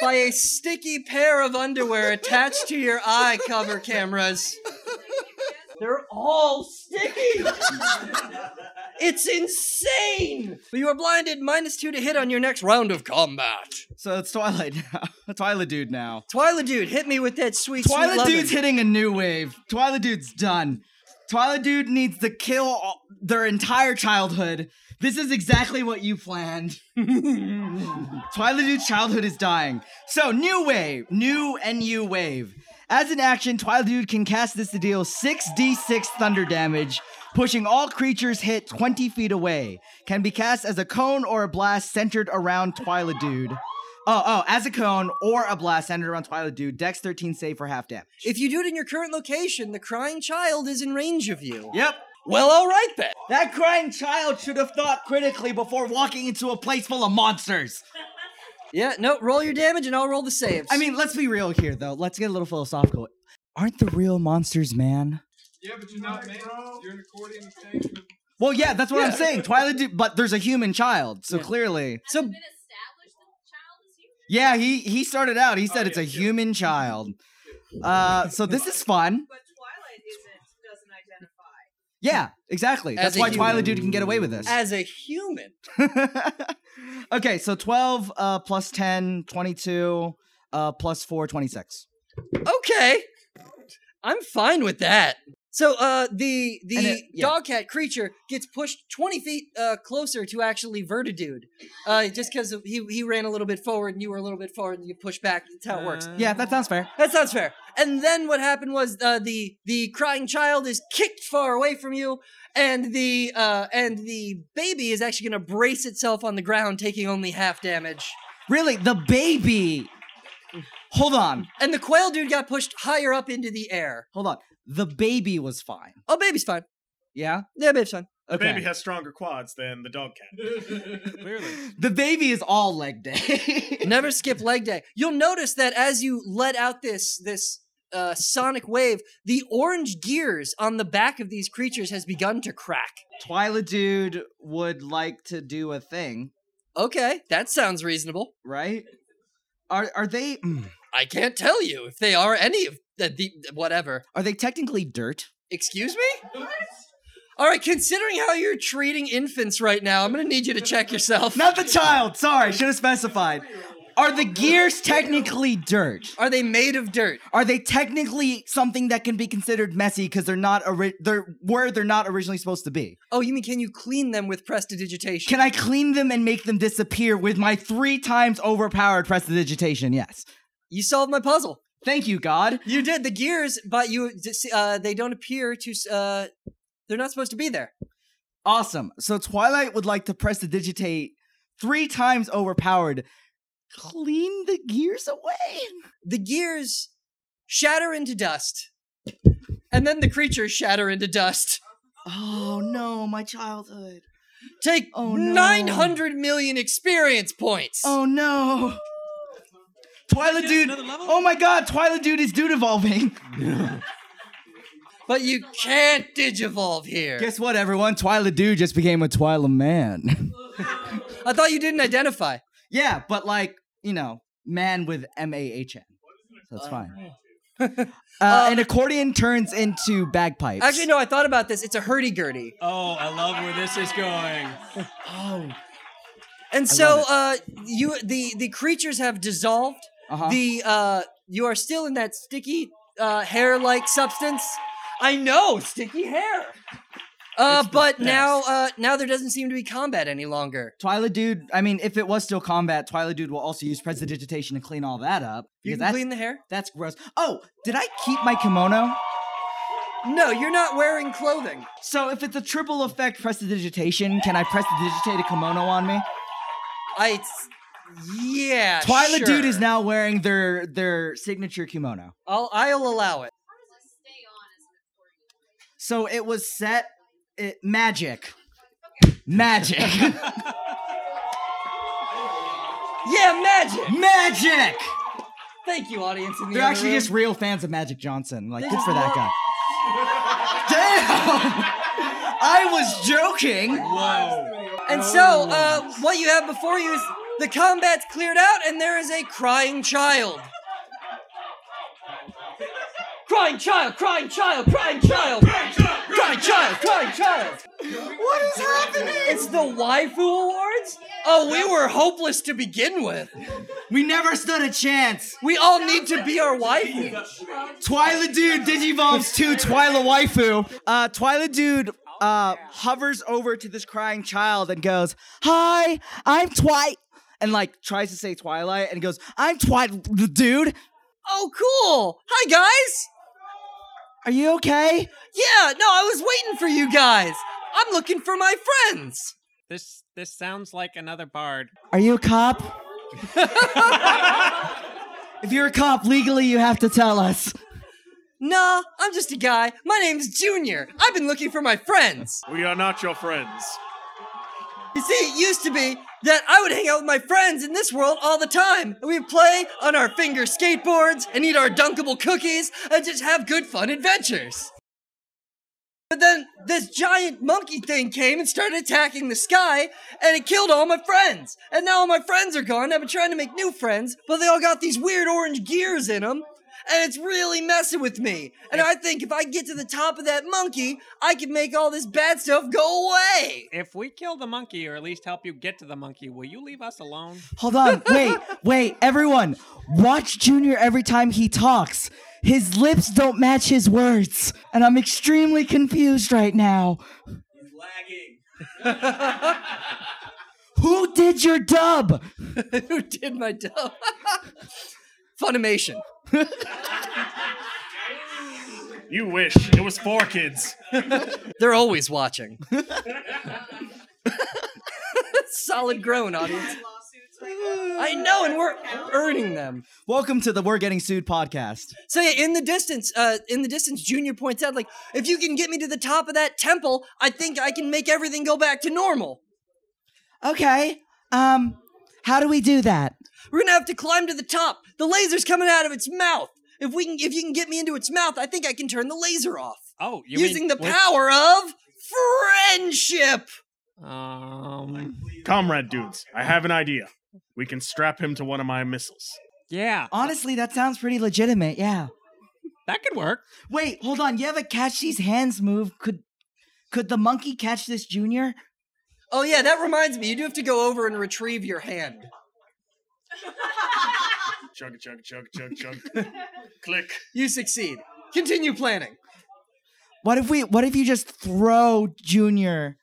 [SPEAKER 2] by a sticky pair of underwear attached to your eye cover cameras. They're all sticky. It's insane. But you are blinded minus two to hit on your next round of combat.
[SPEAKER 5] So it's Twilight now. [LAUGHS] Twilight dude now.
[SPEAKER 2] Twyla dude, hit me with that sweet sweet
[SPEAKER 5] Twilight
[SPEAKER 2] lovin'.
[SPEAKER 5] dude's hitting a new wave. Twilight dude's done. Twilight dude needs to kill all, their entire childhood. This is exactly what you planned. Twilight dude's childhood is dying. So new wave, new NU wave. As an action, Twilight dude can cast this to deal 6d6 thunder damage. Pushing all creatures hit 20 feet away can be cast as a cone or a blast centered around Twilight Dude. Oh, oh, as a cone or a blast centered around Twilight Dude. Dex 13 save for half damage.
[SPEAKER 2] If you do it in your current location, the crying child is in range of you.
[SPEAKER 5] Yep.
[SPEAKER 2] Well, all right then.
[SPEAKER 5] That crying child should have thought critically before walking into a place full of monsters.
[SPEAKER 2] Yeah, no, roll your damage and I'll roll the saves.
[SPEAKER 5] I mean, let's be real here, though. Let's get a little philosophical. Aren't the real monsters man?
[SPEAKER 7] yeah, but you're not man. You're an accordion thing.
[SPEAKER 5] Well, yeah, that's what I'm saying. Twilight Dude, but there's a human child, so clearly.
[SPEAKER 2] so
[SPEAKER 8] been established that the child is human.
[SPEAKER 5] Yeah, he he started out. He
[SPEAKER 4] Oh,
[SPEAKER 5] said it's
[SPEAKER 4] [LAUGHS]
[SPEAKER 5] a human child. Uh, so this is fun.
[SPEAKER 9] But Twilight isn't doesn't identify.
[SPEAKER 5] Yeah, exactly.
[SPEAKER 2] As
[SPEAKER 5] That's
[SPEAKER 2] a
[SPEAKER 5] why
[SPEAKER 2] human.
[SPEAKER 5] Twilight Dude can get away with this.
[SPEAKER 2] as a human,
[SPEAKER 5] [LAUGHS] okay, so 12 uh, plus 10, 22, uh, plus 4, 26.
[SPEAKER 2] okay, I'm fine with that. So uh, the the
[SPEAKER 5] And it- yeah.
[SPEAKER 2] dog cat creature gets pushed 20 feet uh, closer to actually Vertidude, uh, just because he he ran a little bit forward and you were a little bit forward and you pushed back. That's how it works.
[SPEAKER 6] Uh,
[SPEAKER 5] Yeah, that sounds fair.
[SPEAKER 2] That sounds fair. And then what happened was uh, the the crying child is kicked far away from you, and the uh, and the baby is actually going to brace itself on the ground, taking only half damage.
[SPEAKER 5] Really, the baby. Hold on.
[SPEAKER 2] And the quail dude got pushed higher up into the air.
[SPEAKER 5] Hold on. The baby was fine.
[SPEAKER 2] Oh, baby's fine.
[SPEAKER 5] Yeah?
[SPEAKER 2] Yeah, baby's fine.
[SPEAKER 4] The
[SPEAKER 5] Okay.
[SPEAKER 4] baby has stronger quads than the dog cat.
[SPEAKER 6] Clearly.
[SPEAKER 5] The baby is all leg day.
[SPEAKER 2] Never skip leg day. You'll notice that as you let out this this uh, sonic wave, the orange gears on the back of these creatures has begun to crack.
[SPEAKER 5] [LAUGHS] Twilight Dude would like to do a thing,
[SPEAKER 2] Okay, that sounds reasonable.
[SPEAKER 5] right? Are are they mm,
[SPEAKER 2] I can't tell you if they are any of the, the whatever.
[SPEAKER 5] are they technically dirt?
[SPEAKER 2] Excuse me? All right, considering how you're treating infants right now, I'm going to need you to check yourself.
[SPEAKER 5] Not the child. Sorry, should have specified. Are the gears technically dirt?
[SPEAKER 2] Are they made of dirt?
[SPEAKER 5] Are they technically something that can be considered messy because they're not ori- they're where they're not originally supposed to be?
[SPEAKER 2] Oh, you mean can you clean them with prestidigitation?
[SPEAKER 5] Can I clean them and make them disappear with my three times overpowered prestidigitation? Yes.
[SPEAKER 2] you solved my puzzle.
[SPEAKER 5] Thank you, God.
[SPEAKER 2] You did the gears, but you uh, they don't appear to uh, they're not supposed to be there.
[SPEAKER 5] Awesome. So Twilight would like to prestidigitate three times overpowered. Clean the gears away.
[SPEAKER 2] The gears shatter into dust. And then the creatures shatter into dust.
[SPEAKER 5] Oh no, my childhood.
[SPEAKER 2] Take
[SPEAKER 5] Oh, no.
[SPEAKER 2] 900 million experience points.
[SPEAKER 5] Oh no. Twilight Dude.
[SPEAKER 6] Another level?
[SPEAKER 5] Oh my god, Twilight Dude is dude evolving.
[SPEAKER 2] But you can't digivolve here.
[SPEAKER 5] Guess what, everyone? Twilight Dude just became a
[SPEAKER 2] [LAUGHS]
[SPEAKER 5] Twilight man.
[SPEAKER 2] I thought you didn't identify.
[SPEAKER 5] yeah, but like, you know, man with M A H N. So it's fine.
[SPEAKER 2] Oh.
[SPEAKER 5] [LAUGHS] Uh, an accordion turns into bagpipes.
[SPEAKER 2] Um, Actually, no, I thought about this. It's a hurdy-gurdy.
[SPEAKER 6] Oh, I love where this is going.
[SPEAKER 5] Oh.
[SPEAKER 2] And so uh, you the the creatures have dissolved.
[SPEAKER 5] Uh-huh.
[SPEAKER 2] The uh, you are still in that sticky uh, hair-like substance. I know, sticky hair. Uh,
[SPEAKER 6] It's the
[SPEAKER 2] but now,
[SPEAKER 6] best.
[SPEAKER 2] uh, now there doesn't seem to be combat any longer.
[SPEAKER 5] Twilight Dude, I mean, if it was still combat, Twilight Dude will also use prestidigitation to clean all that up.
[SPEAKER 2] You
[SPEAKER 5] Because
[SPEAKER 2] can
[SPEAKER 5] that's,
[SPEAKER 2] clean the hair.
[SPEAKER 5] that's gross. Oh, did I keep my kimono?
[SPEAKER 2] No, you're not wearing clothing.
[SPEAKER 5] So if it's a triple effect prestidigitation, can I prestidigitate a kimono on me?
[SPEAKER 2] I. It's, yeah.
[SPEAKER 5] Twilight
[SPEAKER 2] sure.
[SPEAKER 5] Dude is now wearing their their signature kimono.
[SPEAKER 2] I'll I'll allow it.
[SPEAKER 8] How does this stay on as an
[SPEAKER 5] So
[SPEAKER 8] accordion?
[SPEAKER 5] it was set it, magic. Magic.
[SPEAKER 2] [LAUGHS] Yeah, magic.
[SPEAKER 5] magic.
[SPEAKER 2] Thank you, audience. In the
[SPEAKER 5] They're
[SPEAKER 2] other
[SPEAKER 5] actually
[SPEAKER 2] room.
[SPEAKER 5] just real fans of Magic Johnson. Like
[SPEAKER 2] They
[SPEAKER 5] good
[SPEAKER 2] just
[SPEAKER 5] for that
[SPEAKER 2] love-
[SPEAKER 5] guy. Damn. [LAUGHS] I was joking.
[SPEAKER 6] Whoa.
[SPEAKER 2] And so,
[SPEAKER 5] Oh.
[SPEAKER 2] uh, what you have before you is the combat's cleared out, and there is a crying child. Crying child, crying child, crying child, crying child, crying child.
[SPEAKER 5] What is happening?
[SPEAKER 2] It's the Waifu Awards? Oh, we were hopeless to begin with.
[SPEAKER 5] We never stood a chance.
[SPEAKER 2] We all need to be our waifu.
[SPEAKER 5] Twilight Dude Digivolves 2 Twilight Waifu. Uh, Twilight Dude uh, hovers over to this crying child and goes, Hi, I'm Twi. And like tries to say Twilight and goes, I'm Twilight Dude.
[SPEAKER 2] Oh, cool. Hi, guys.
[SPEAKER 5] Are you okay?
[SPEAKER 2] Yeah, no, I was waiting for you guys. I'm looking for my friends.
[SPEAKER 6] This this sounds like another bard.
[SPEAKER 5] Are you a cop? [LAUGHS] if you're a cop, legally you have to tell us.
[SPEAKER 2] Nah, I'm just a guy. My name's Junior. I've been looking for my friends.
[SPEAKER 4] We are not your friends.
[SPEAKER 2] You see, it used to be that I would hang out with my friends in this world all the time. We would play on our finger skateboards and eat our dunkable cookies and just have good fun adventures. But then this giant monkey thing came and started attacking the sky and it killed all my friends. And now all my friends are gone. I've been trying to make new friends, but they all got these weird orange gears in them. And it's really messing with me. And I think if I get to the top of that monkey, I can make all this bad stuff go away.
[SPEAKER 6] If we kill the monkey, or at least help you get to the monkey, will you leave us alone?
[SPEAKER 5] Hold on, wait, wait, everyone. Watch Junior every time he talks. His lips don't match his words, and I'm extremely confused right now. [LAUGHS] Who did your dub?
[SPEAKER 2] [LAUGHS] Who did my dub? [LAUGHS] Funimation.
[SPEAKER 4] You wish it was four kids.
[SPEAKER 2] They're always watching. [LAUGHS] Solid groan, audience.
[SPEAKER 9] Lawsuits right now.
[SPEAKER 2] I know, and we're earning them.
[SPEAKER 5] Welcome to the We're Getting Sued podcast.
[SPEAKER 2] So yeah, in the distance, uh, in the distance, Junior points out, like, if you can get me to the top of that temple, I think I can make everything go back to normal.
[SPEAKER 5] Okay. Um, how do we do that?
[SPEAKER 2] We're gonna have to climb to the top. The laser's coming out of its mouth. If we can, if you can get me into its mouth, I think I can turn the laser off
[SPEAKER 6] Oh, you
[SPEAKER 2] using
[SPEAKER 6] mean,
[SPEAKER 2] the
[SPEAKER 6] with-
[SPEAKER 2] power of friendship.
[SPEAKER 6] Um,
[SPEAKER 4] Comrade dudes, I have an idea. We can strap him to one of my missiles.
[SPEAKER 6] yeah,
[SPEAKER 5] Honestly, that sounds pretty legitimate, yeah.
[SPEAKER 6] that could work.
[SPEAKER 5] Wait, hold on. You have a catch these hands move. Could could the monkey catch this junior?
[SPEAKER 2] Oh yeah, that reminds me. You do have to go over and retrieve your hand.
[SPEAKER 4] Chug, chug, chug, chug, [LAUGHS] chug. Click.
[SPEAKER 2] You succeed. Continue planning.
[SPEAKER 5] What if we what if you just throw Junior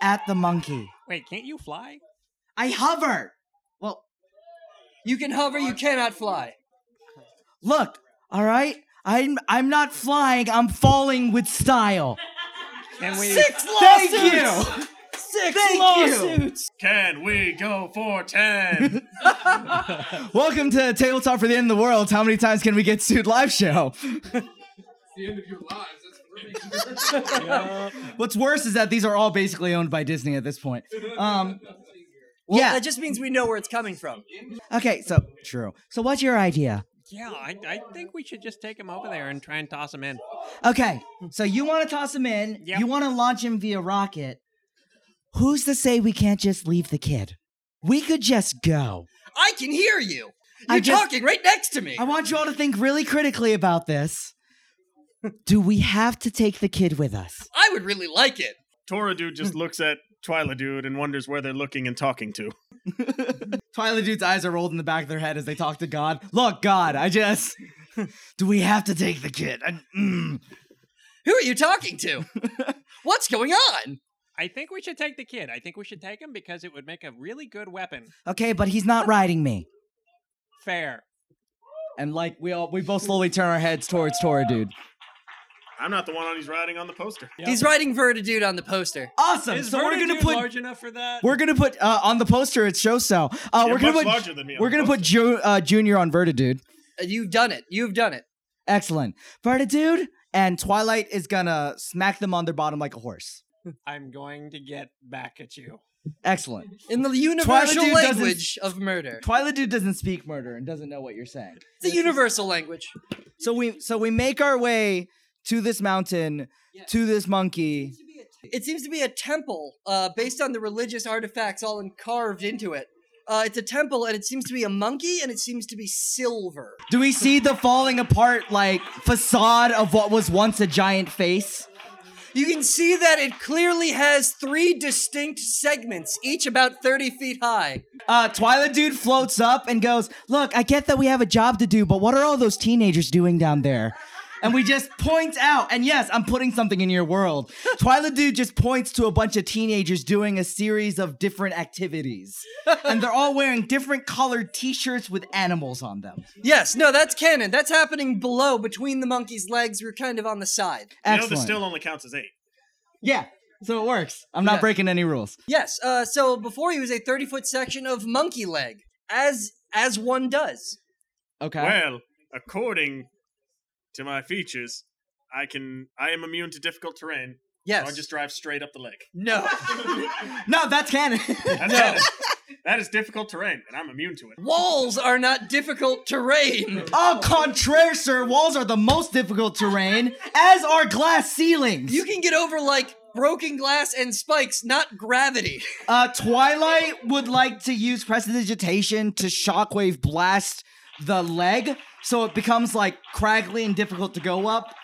[SPEAKER 5] at the monkey?
[SPEAKER 6] Wait, can't you fly?
[SPEAKER 5] I hover. Well,
[SPEAKER 2] You can hover, you cannot fly.
[SPEAKER 5] look, all right? I'm I'm not flying, I'm falling with style.
[SPEAKER 6] Can we?
[SPEAKER 2] Six
[SPEAKER 5] [LAUGHS] Thank
[SPEAKER 2] lawsuits.
[SPEAKER 5] you.
[SPEAKER 2] Six
[SPEAKER 5] Thank
[SPEAKER 2] lawsuits.
[SPEAKER 4] Can we go for 10?
[SPEAKER 5] Welcome to Tabletop for the End of the World. How many times can we get sued
[SPEAKER 7] [LAUGHS]
[SPEAKER 5] live show?
[SPEAKER 7] the end of your lives. That's pretty good.
[SPEAKER 5] [LAUGHS] What's worse is that these are all basically owned by Disney at this
[SPEAKER 7] [LAUGHS]
[SPEAKER 5] point. Um
[SPEAKER 2] Well,
[SPEAKER 5] Yeah.
[SPEAKER 2] that just means we know where it's coming from.
[SPEAKER 5] Okay, so true. So what's your idea?
[SPEAKER 6] Yeah, I, I think we should just take him over there and try and toss him in.
[SPEAKER 5] Okay, so you want to toss him in.
[SPEAKER 6] Yep.
[SPEAKER 5] You want to launch him via rocket. Who's to say we can't just leave the kid? We could just go.
[SPEAKER 2] I can hear you.
[SPEAKER 5] I
[SPEAKER 2] You're
[SPEAKER 5] just-
[SPEAKER 2] talking right next to me.
[SPEAKER 5] I want you all to think really critically about [LAUGHS] this. Do we have to take the kid with us?
[SPEAKER 2] I would really like it.
[SPEAKER 4] Tora dude just looks at Twyla dude and wonders where they're looking and talking to.
[SPEAKER 5] Twilight Dude's eyes are rolled in the back of their head as they talk to God. Look, God, I just. [LAUGHS] Do we have to take the kid? I- mm. [LAUGHS]
[SPEAKER 2] Who are you talking to? What's going on?
[SPEAKER 6] I think we should take the kid. I think we should take him because it would make a really good weapon.
[SPEAKER 5] Okay, but he's not riding me.
[SPEAKER 6] Fair.
[SPEAKER 5] And like we all we both slowly turn our heads towards Tora dude.
[SPEAKER 4] I'm not the one on he's riding on the poster.
[SPEAKER 6] Yep.
[SPEAKER 2] He's riding Vertidude on the poster.
[SPEAKER 5] Awesome.
[SPEAKER 6] Is
[SPEAKER 5] so we're gonna
[SPEAKER 6] Vertidude
[SPEAKER 5] put
[SPEAKER 6] large enough for that.
[SPEAKER 5] we're gonna put uh, on the poster at show cell. Uh,
[SPEAKER 4] You're
[SPEAKER 5] we're gonna
[SPEAKER 4] much
[SPEAKER 5] put
[SPEAKER 4] larger than me. on
[SPEAKER 5] we're
[SPEAKER 4] the
[SPEAKER 5] gonna put
[SPEAKER 4] poster.
[SPEAKER 5] Ju- uh, Junior on Verta dude.
[SPEAKER 2] Uh, You've done it. You've done it.
[SPEAKER 5] Excellent, Verta dude. And Twilight is gonna smack them on their bottom like a horse.
[SPEAKER 6] I'm going to get back at you.
[SPEAKER 5] Excellent.
[SPEAKER 2] In the universal
[SPEAKER 5] Dude doesn't-
[SPEAKER 2] language of murder.
[SPEAKER 5] Twilight dude doesn't speak murder and doesn't know what you're saying.
[SPEAKER 2] It's a universal language.
[SPEAKER 5] So we so we make our way to this mountain,
[SPEAKER 2] Yeah.
[SPEAKER 5] to this monkey.
[SPEAKER 2] It seems to be a temple uh, based on the religious artifacts all in- carved into it. Uh, it's a temple, and it seems to be a monkey, and it seems to be silver.
[SPEAKER 5] Do we see the falling apart like facade of what was once a giant face?
[SPEAKER 2] You can see that it clearly has three distinct segments, each about 30 feet high.
[SPEAKER 5] Uh, Twilight Dude floats up and goes, Look, I get that we have a job to do, but what are all those teenagers doing down there? And we just point out, and yes, I'm putting something in your
[SPEAKER 2] [LAUGHS]
[SPEAKER 5] world. Twilight Dude just points to a bunch of teenagers doing a series of
[SPEAKER 2] [LAUGHS]
[SPEAKER 5] different activities. And they're all wearing different colored t shirts with animals on them.
[SPEAKER 2] Yes, no, that's canon. That's happening below, between the monkey's legs. We're kind of on the side.
[SPEAKER 4] You know,
[SPEAKER 5] Excellent.
[SPEAKER 4] this still only counts as eight.
[SPEAKER 5] yeah, so it works. I'm not
[SPEAKER 2] Yeah.
[SPEAKER 5] breaking any rules.
[SPEAKER 2] Yes, uh, so before he was a 30 foot section of monkey leg, as as one does.
[SPEAKER 5] Okay.
[SPEAKER 4] Well, according to my features, I can. I am immune to difficult terrain. so
[SPEAKER 2] Yes.
[SPEAKER 4] I just drive straight up the lake.
[SPEAKER 2] No.
[SPEAKER 5] No, that's canon. [LAUGHS]
[SPEAKER 4] That's that, is, that is difficult terrain, and I'm immune to it.
[SPEAKER 2] Walls are not difficult terrain.
[SPEAKER 5] Au contraire, sir, walls are the most difficult terrain, as are glass ceilings.
[SPEAKER 2] You can get over like broken glass and spikes, not gravity. [LAUGHS]
[SPEAKER 5] Uh, Twilight would like to use prestidigitation to shockwave blast the leg, so it becomes like craggly and difficult to go up,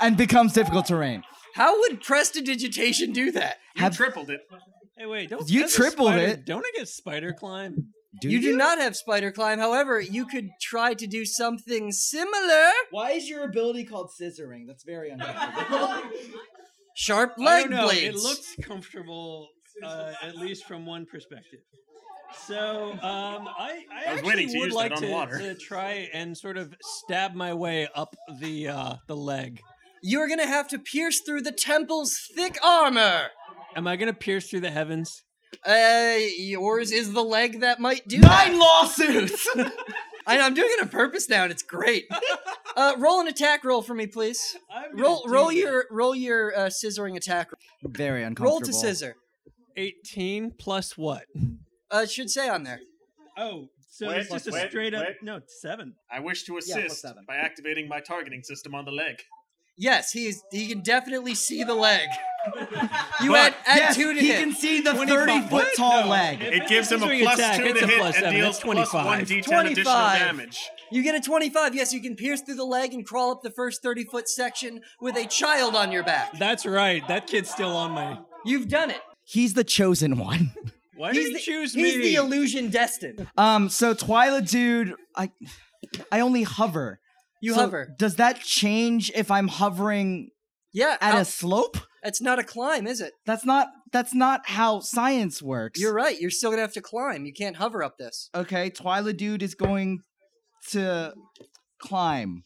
[SPEAKER 5] and becomes difficult terrain.
[SPEAKER 2] How would prestidigitation do that?
[SPEAKER 4] You
[SPEAKER 5] Have-
[SPEAKER 4] tripled it.
[SPEAKER 6] Hey, wait, don't
[SPEAKER 5] You
[SPEAKER 6] as a
[SPEAKER 5] tripled
[SPEAKER 6] spider-
[SPEAKER 5] it.
[SPEAKER 6] Don't I get spider climb?
[SPEAKER 2] you, do not have spider climb. However, you could try to do something similar.
[SPEAKER 5] Why is your ability called scissoring? That's very uncomfortable.
[SPEAKER 2] Sharp
[SPEAKER 6] I
[SPEAKER 2] leg
[SPEAKER 6] don't know.
[SPEAKER 2] blades.
[SPEAKER 6] It looks comfortable, uh, at least from one perspective. So um, I, I,
[SPEAKER 4] I was
[SPEAKER 6] actually
[SPEAKER 4] waiting to
[SPEAKER 6] would
[SPEAKER 4] use that
[SPEAKER 6] like
[SPEAKER 4] on
[SPEAKER 6] to,
[SPEAKER 4] water.
[SPEAKER 6] to try and sort of stab my way up the uh, the leg.
[SPEAKER 2] You're gonna have to pierce through the temple's thick armor.
[SPEAKER 6] Am I gonna pierce through the heavens?
[SPEAKER 2] Uh, yours is the leg that might do. That.
[SPEAKER 5] Nine [LAUGHS] lawsuits.
[SPEAKER 2] I, I'm doing it on purpose now, and it's
[SPEAKER 6] [LAUGHS]
[SPEAKER 2] great. Uh, roll an attack roll for me, please.
[SPEAKER 6] I'm gonna
[SPEAKER 2] Roll,
[SPEAKER 6] do
[SPEAKER 2] roll
[SPEAKER 6] that.
[SPEAKER 2] your, roll your uh, scissoring attack.
[SPEAKER 5] very uncomfortable.
[SPEAKER 2] Roll to scissor.
[SPEAKER 6] eighteen plus what?
[SPEAKER 2] Uh, it should say on there.
[SPEAKER 6] Oh, so
[SPEAKER 4] Wait,
[SPEAKER 6] it's just a
[SPEAKER 4] wait,
[SPEAKER 6] straight up
[SPEAKER 4] wait.
[SPEAKER 6] no seven.
[SPEAKER 4] I wish to
[SPEAKER 5] Yeah, plus
[SPEAKER 4] assist
[SPEAKER 5] seven.
[SPEAKER 4] by activating my targeting system on the leg.
[SPEAKER 2] Yes, he's he can definitely see the [LAUGHS] leg. You add,
[SPEAKER 4] But,
[SPEAKER 2] add
[SPEAKER 5] yes,
[SPEAKER 2] two to
[SPEAKER 5] he
[SPEAKER 2] hit.
[SPEAKER 5] can see the
[SPEAKER 6] 25.
[SPEAKER 5] thirty-foot
[SPEAKER 6] What?
[SPEAKER 5] tall
[SPEAKER 6] No.
[SPEAKER 5] leg.
[SPEAKER 6] If
[SPEAKER 4] It
[SPEAKER 6] it's
[SPEAKER 4] gives him a
[SPEAKER 6] swing
[SPEAKER 4] plus
[SPEAKER 6] attack,
[SPEAKER 4] two
[SPEAKER 6] it's
[SPEAKER 4] to
[SPEAKER 6] a
[SPEAKER 4] hit
[SPEAKER 6] plus
[SPEAKER 4] and
[SPEAKER 6] seven.
[SPEAKER 4] deals
[SPEAKER 6] That's
[SPEAKER 4] plus one
[SPEAKER 6] 25.
[SPEAKER 4] d10 additional
[SPEAKER 2] 25.
[SPEAKER 4] damage.
[SPEAKER 2] You get a 25. Yes, you can pierce through the leg and crawl up the first 30 foot section with a child on your back.
[SPEAKER 6] That's right. That kid's still on my.
[SPEAKER 2] You've done it.
[SPEAKER 5] He's the chosen one. [LAUGHS]
[SPEAKER 6] Why
[SPEAKER 2] He's
[SPEAKER 6] did you
[SPEAKER 2] the,
[SPEAKER 6] choose
[SPEAKER 2] he's
[SPEAKER 6] me?
[SPEAKER 2] the illusion destined.
[SPEAKER 5] Um, so Twilight dude, I I only hover.
[SPEAKER 2] You
[SPEAKER 5] So
[SPEAKER 2] hover.
[SPEAKER 5] Does that change if I'm hovering
[SPEAKER 2] Yeah.
[SPEAKER 5] at
[SPEAKER 2] how-
[SPEAKER 5] a slope?
[SPEAKER 2] It's not a climb, is it?
[SPEAKER 5] That's not that's not how science works.
[SPEAKER 2] You're right. You're still going to have to climb. You can't hover up this.
[SPEAKER 5] okay, Twilight dude is going to climb.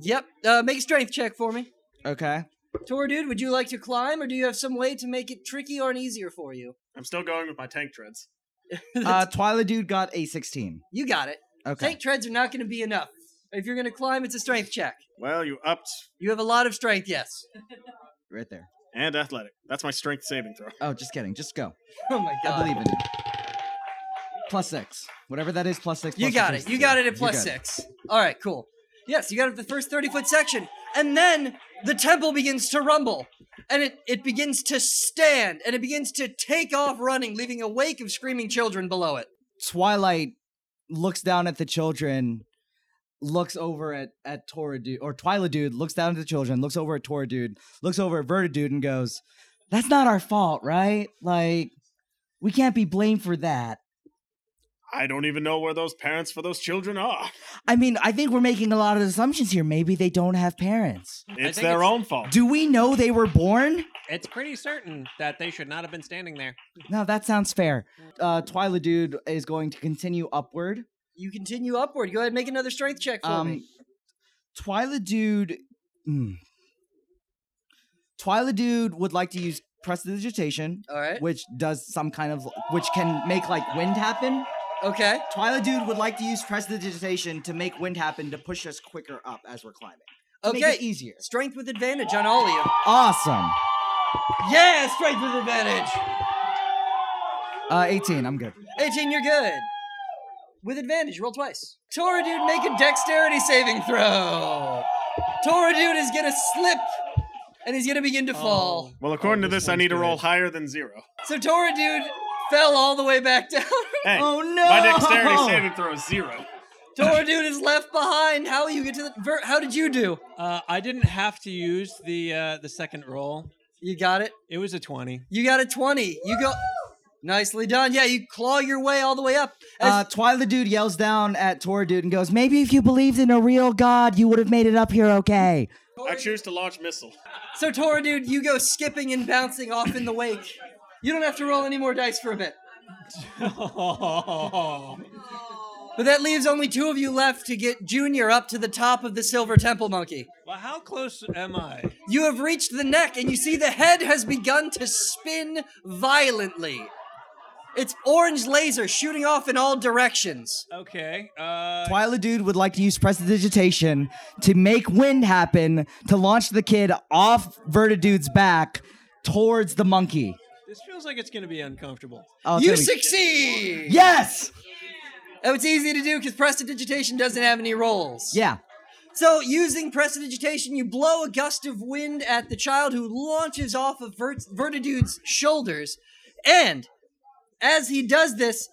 [SPEAKER 2] Yep. Uh, make a strength check for me. [LAUGHS]
[SPEAKER 5] Okay.
[SPEAKER 2] Tor dude, would you like to climb or do you have some way to make it tricky or an easier for you?
[SPEAKER 4] I'm still going with my tank treads.
[SPEAKER 5] Uh Twilight dude got a 16.
[SPEAKER 2] You got it.
[SPEAKER 5] Okay.
[SPEAKER 2] Tank treads are not going to be enough. If you're going to climb, it's a strength check.
[SPEAKER 4] Well, you upped
[SPEAKER 2] You have a lot of strength, yes.
[SPEAKER 5] Right there.
[SPEAKER 4] and athletic. That's my strength saving throw.
[SPEAKER 5] Oh, just kidding. Just go.
[SPEAKER 2] Oh my god.
[SPEAKER 5] I believe in you. Plus 6. Whatever that is plus 6.
[SPEAKER 2] You
[SPEAKER 5] plus
[SPEAKER 2] got
[SPEAKER 5] the
[SPEAKER 2] it.
[SPEAKER 5] first
[SPEAKER 2] You
[SPEAKER 5] two.
[SPEAKER 2] got it at
[SPEAKER 5] You
[SPEAKER 2] plus six. All right, cool. Yes, you got it the first 30 foot section. And then the temple begins to rumble. And it, it begins to stand. And it begins to take off running, leaving a wake of screaming children below it.
[SPEAKER 5] Twilight looks down at the children, looks over at at Tora dude or Twilight dude looks down at the children, looks over at Tora dude, looks over at Verta dude, and goes, "That's not our fault, right? Like, we can't be blamed for that."
[SPEAKER 4] I don't even know where those parents for those children are.
[SPEAKER 5] I mean, I think we're making a lot of assumptions here. Maybe they don't have parents.
[SPEAKER 4] It's
[SPEAKER 6] think
[SPEAKER 4] their
[SPEAKER 6] it's-
[SPEAKER 4] own fault.
[SPEAKER 5] Do we know they were born?
[SPEAKER 6] It's pretty certain that they should not have been standing there.
[SPEAKER 5] No, that sounds fair. Uh, Twyla dude is going to continue upward.
[SPEAKER 2] You continue upward. Go ahead and make another strength check for
[SPEAKER 5] Um,
[SPEAKER 2] me.
[SPEAKER 5] Twyla dude. Mm. Twyla dude would like to use prestidigitation,
[SPEAKER 2] All right.
[SPEAKER 5] which does some kind of which can make like wind happen.
[SPEAKER 2] Okay.
[SPEAKER 5] Twyla dude would like to use prestidigitation to make wind happen to push us quicker up as we're climbing. To make it e-
[SPEAKER 2] Okay.
[SPEAKER 5] easier.
[SPEAKER 2] Strength with advantage on all of you.
[SPEAKER 5] Awesome.
[SPEAKER 2] Yeah, strength with advantage.
[SPEAKER 5] Uh, 18. I'm good.
[SPEAKER 2] 18, you're good. With advantage, roll twice. Tora dude, make a dexterity saving throw. Tora dude is gonna slip, and he's gonna begin to fall.
[SPEAKER 4] Well, according
[SPEAKER 6] Oh,
[SPEAKER 4] to
[SPEAKER 6] this
[SPEAKER 4] this, I
[SPEAKER 6] one's
[SPEAKER 4] need to roll
[SPEAKER 6] good. Oh,
[SPEAKER 4] higher than zero.
[SPEAKER 2] So Tora dude fell all the way back [LAUGHS] down.
[SPEAKER 4] Hey,
[SPEAKER 5] Oh no!
[SPEAKER 4] my
[SPEAKER 6] [LAUGHS]
[SPEAKER 4] dexterity
[SPEAKER 5] [LAUGHS]
[SPEAKER 4] saving throw is zero.
[SPEAKER 2] Tora dude is left behind. How you get to the? Vert, how did you do?
[SPEAKER 6] Uh, I didn't have to use the uh, the second roll.
[SPEAKER 2] You got it.
[SPEAKER 6] It was a twenty.
[SPEAKER 2] You got a 20. You go. Nicely done. Yeah, you claw your way all the way up. As-
[SPEAKER 5] Uh, Twyla dude yells down at Tora dude and goes, "Maybe if you believed in a real god, you would have made it up here, okay?"
[SPEAKER 4] I choose to launch missile.
[SPEAKER 2] so, Tora, dude, you go skipping and bouncing off in the wake. You don't have to roll any more dice for a bit. But that leaves only two of you left to get Junior up to the top of the Silver Temple Monkey.
[SPEAKER 6] Well, how close am I?
[SPEAKER 2] You have reached the neck, and you see the head has begun to spin violently. It's orange laser shooting off in all directions.
[SPEAKER 5] Oh,
[SPEAKER 6] Okay. Uh,
[SPEAKER 5] Twyla dude would like to use prestidigitation to make wind happen to launch the kid off Verta dude's back towards the monkey.
[SPEAKER 6] this feels like it's going to be uncomfortable.
[SPEAKER 5] Oh, it's
[SPEAKER 2] You
[SPEAKER 5] gonna be-
[SPEAKER 2] succeed!
[SPEAKER 5] yes,
[SPEAKER 2] Oh, it's easy to do because prestidigitation doesn't have any rolls.
[SPEAKER 5] yeah.
[SPEAKER 2] So, using prestidigitation, you blow a gust of wind at the child who launches off of Vert- Vertidude's shoulders. And as he does this,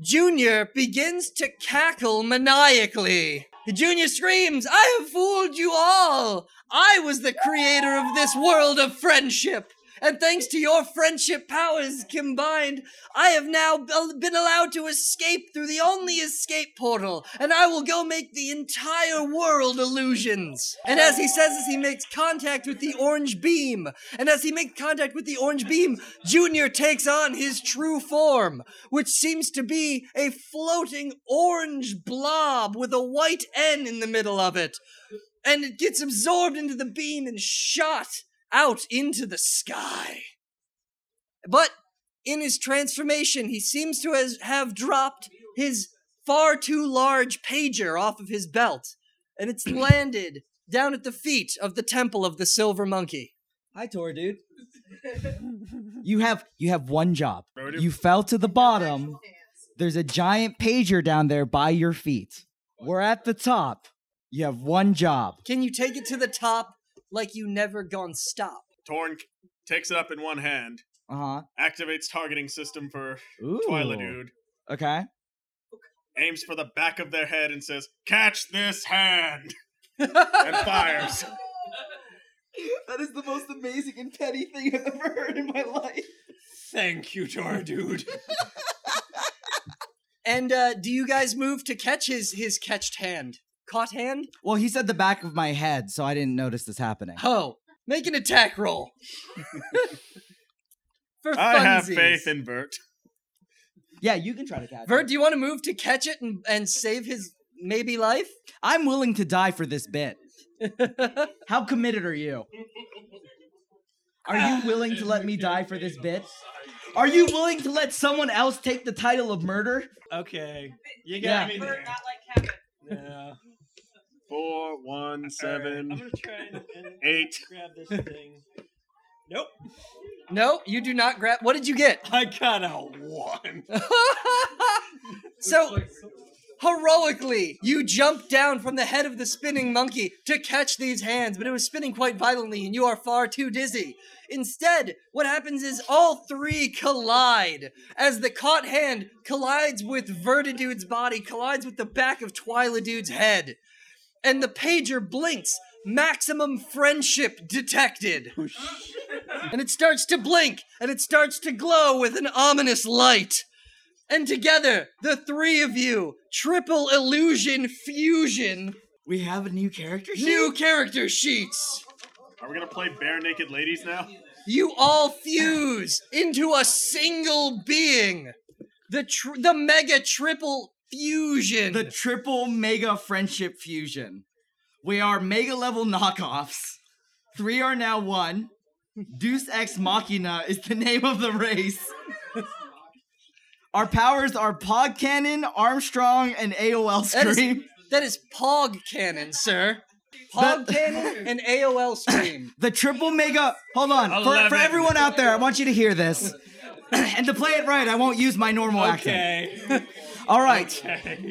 [SPEAKER 2] Junior begins to cackle maniacally. Junior screams, I have fooled you all! I was the creator of this world of friendship! And thanks to your friendship powers combined, I have now be- been allowed to escape through the only escape portal, and I will go make the entire world illusions. And as he says this, he makes contact with the orange beam. And as he makes contact with the orange beam, Junior takes on his true form, which seems to be a floating orange blob with a white N in the middle of it. And it gets absorbed into the beam and shot out into the sky. But in his transformation, he seems to has, have dropped his far too large pager off of his belt, and it's landed down at the feet of the temple of the silver monkey.
[SPEAKER 5] Hi, Tora dude. you have you have one job.
[SPEAKER 4] Tora dude.
[SPEAKER 5] You fell to the bottom. There's a giant pager down there by your feet. We're at the top. You have one job.
[SPEAKER 2] Can you take it to the top like you never gone stop?
[SPEAKER 4] Torn c- takes it up in one hand,
[SPEAKER 5] Uh
[SPEAKER 4] activates targeting system for
[SPEAKER 5] huh. Ooh.
[SPEAKER 4] Twyla dude,
[SPEAKER 5] Okay.
[SPEAKER 4] aims for the back of their head and says, "Catch this
[SPEAKER 6] [LAUGHS]
[SPEAKER 4] hand!" and fires.
[SPEAKER 5] That is the most amazing and petty thing I've ever heard in my life.
[SPEAKER 6] Thank you, Tora dude.
[SPEAKER 2] And uh, do you guys move to catch his his catched hand? Caught hand?
[SPEAKER 5] Well, he said the back of my head, so I didn't notice this happening.
[SPEAKER 2] Ho! Oh, Make an attack roll. [LAUGHS] For funsies.
[SPEAKER 4] I have faith in Bert.
[SPEAKER 5] Yeah, you can try to catch.
[SPEAKER 2] Vert,
[SPEAKER 5] it.
[SPEAKER 2] do you want to move to catch it and, and save his maybe life?
[SPEAKER 5] I'm willing to die for this bit. How committed are you? Are you willing to let me die for this bit? Are you willing to let someone else take the title of murder?
[SPEAKER 6] [LAUGHS] Okay. You got
[SPEAKER 5] Yeah.
[SPEAKER 6] me
[SPEAKER 9] Bert,
[SPEAKER 6] there.
[SPEAKER 9] not like Kevin.
[SPEAKER 6] No.
[SPEAKER 4] Four, one,
[SPEAKER 6] Alright, I'm
[SPEAKER 4] seven,
[SPEAKER 6] going to try and, and
[SPEAKER 4] eight.
[SPEAKER 6] grab this thing. Nope.
[SPEAKER 2] No, you do not grab. What did you get?
[SPEAKER 6] [LAUGHS] I got a one.
[SPEAKER 2] so heroically, you jump down from the head of the spinning monkey to catch these hands, but it was spinning quite violently, and you are far too dizzy. Instead, what happens is all three collide as the caught hand collides with Vertidude's body, collides with the back of Twyladude's head, and the pager blinks. Maximum friendship detected. and it starts to blink and it starts to glow with an ominous light. And together, the three of you, triple illusion fusion,
[SPEAKER 5] We have a new character.
[SPEAKER 2] new character sheets.
[SPEAKER 4] Are we gonna play bare naked ladies now?
[SPEAKER 2] You all fuse into a single being. The tr- the mega triple fusion.
[SPEAKER 5] The triple mega friendship fusion. We are mega level knockoffs. Three are now one. Deuce Ex Machina is the name of the race. Our powers are Pod Cannon, Armstrong, and AOL
[SPEAKER 2] That is-
[SPEAKER 5] Scream.
[SPEAKER 2] that is Pog Cannon, sir. Pog
[SPEAKER 5] That-
[SPEAKER 2] Cannon and AOL Scream.
[SPEAKER 5] The triple mega. Hold on. For, for
[SPEAKER 6] Eleven.
[SPEAKER 5] everyone out there, I want you to hear this. [CLEARS THROAT] and to play it right, I won't use my normal accent.
[SPEAKER 6] Okay.
[SPEAKER 5] All right.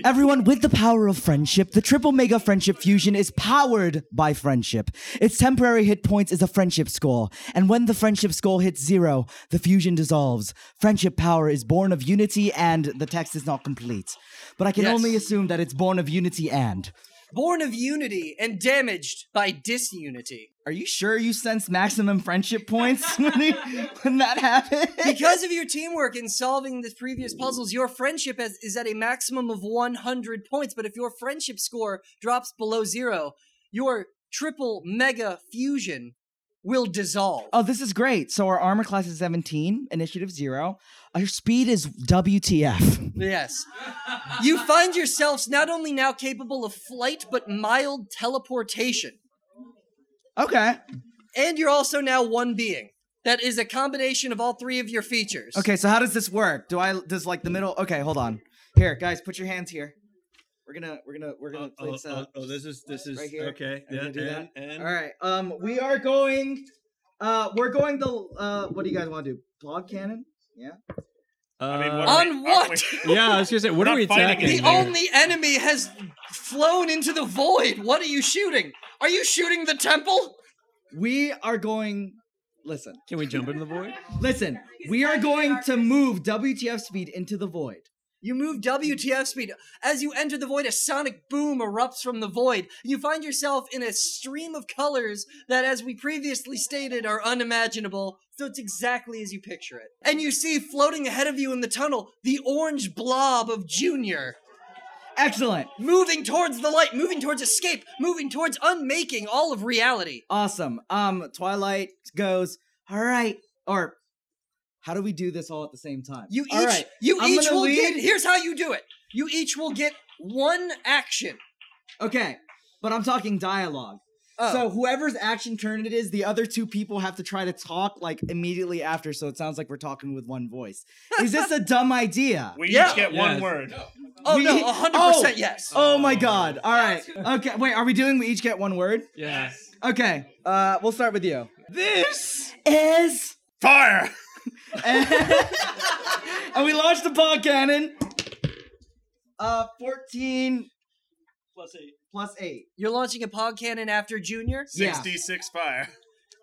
[SPEAKER 5] Everyone, with the power of friendship, the triple mega friendship fusion is powered by friendship. Its temporary hit points is a friendship score, and when the friendship score hits zero, the fusion dissolves. Friendship power is born of unity, and the text is not complete. But I can
[SPEAKER 2] Yes.
[SPEAKER 5] only assume that it's born of unity and.
[SPEAKER 2] Born of unity and damaged by disunity.
[SPEAKER 5] Are you sure you sense maximum friendship points [LAUGHS] when, you, when that happens?
[SPEAKER 2] Because of your teamwork in solving the previous puzzles, your friendship has, is at a maximum of 100 points. But if your friendship score drops below zero, your triple mega fusion will dissolve.
[SPEAKER 5] [LAUGHS] Oh, this is great. So our armor class is 17, initiative zero. Our speed is WTF.
[SPEAKER 2] Yes. You find yourselves not only now capable of flight, but mild teleportation.
[SPEAKER 5] Okay.
[SPEAKER 2] And you're also now one being. That is a combination of all three of your features.
[SPEAKER 5] Okay, so how does this work? Do I does like the middle? Okay, hold on. Here, guys, put your hands here. We're gonna we're gonna we're gonna
[SPEAKER 6] Oh,
[SPEAKER 5] play this out.
[SPEAKER 6] this is this is
[SPEAKER 5] uh, Right here.
[SPEAKER 6] okay.
[SPEAKER 5] I'm gonna do that.
[SPEAKER 6] and-
[SPEAKER 5] All right. Um, we are going. Uh, we're going the. Uh, what do you guys want to do? Plug cannon.
[SPEAKER 4] I mean,
[SPEAKER 6] Uh,
[SPEAKER 4] what
[SPEAKER 2] on
[SPEAKER 4] are we- oh,
[SPEAKER 2] what?
[SPEAKER 4] aren't
[SPEAKER 6] yeah, I was gonna say, what
[SPEAKER 4] Not
[SPEAKER 6] are we
[SPEAKER 4] fighting
[SPEAKER 6] attacking?
[SPEAKER 2] The
[SPEAKER 4] Here.
[SPEAKER 2] only enemy has flown into the void. What are you shooting? Are you shooting the temple?
[SPEAKER 5] We are going. Listen,
[SPEAKER 6] Can we jump into the void?
[SPEAKER 5] listen. We are going to move WTF speed into the void.
[SPEAKER 2] You move WTF speed. As you enter the void, a sonic boom erupts from the void. You find yourself in a stream of colors that, as we previously stated, are unimaginable. So it's exactly as you picture it. And you see floating ahead of you in the tunnel the orange blob of Junior.
[SPEAKER 5] Excellent.
[SPEAKER 2] Moving towards the light, moving towards escape, moving towards unmaking all of reality.
[SPEAKER 5] Awesome. Um, Twilight goes. All right. Or how do we do this all at the same time?
[SPEAKER 2] You each
[SPEAKER 5] All right.
[SPEAKER 2] you
[SPEAKER 5] I'm
[SPEAKER 2] each
[SPEAKER 5] gonna
[SPEAKER 2] will get
[SPEAKER 5] lead.
[SPEAKER 2] here's how you do it. You each will get one action.
[SPEAKER 5] Okay, but I'm talking dialogue.
[SPEAKER 2] Oh.
[SPEAKER 5] So whoever's action turn it is, the other two people have to try to talk like immediately after, so it sounds like we're talking with one voice. Is
[SPEAKER 2] [LAUGHS]
[SPEAKER 5] this a dumb idea?
[SPEAKER 4] We
[SPEAKER 2] Yeah.
[SPEAKER 4] each get
[SPEAKER 6] Yes.
[SPEAKER 4] one word.
[SPEAKER 2] oh
[SPEAKER 5] we-
[SPEAKER 2] no, hundred
[SPEAKER 5] Oh.
[SPEAKER 2] percent yes.
[SPEAKER 5] Oh my god. All right. Okay, wait, are we doing we each get one word?
[SPEAKER 6] Yeah.
[SPEAKER 5] Okay. Uh we'll start with you.
[SPEAKER 6] This.
[SPEAKER 5] Is
[SPEAKER 4] Fire!
[SPEAKER 5] [LAUGHS] and we launched the pod cannon. Uh 14
[SPEAKER 6] Plus eight.
[SPEAKER 5] plus 8.
[SPEAKER 2] You're launching a pod cannon after Junior,
[SPEAKER 5] Yeah.
[SPEAKER 4] 66 fire.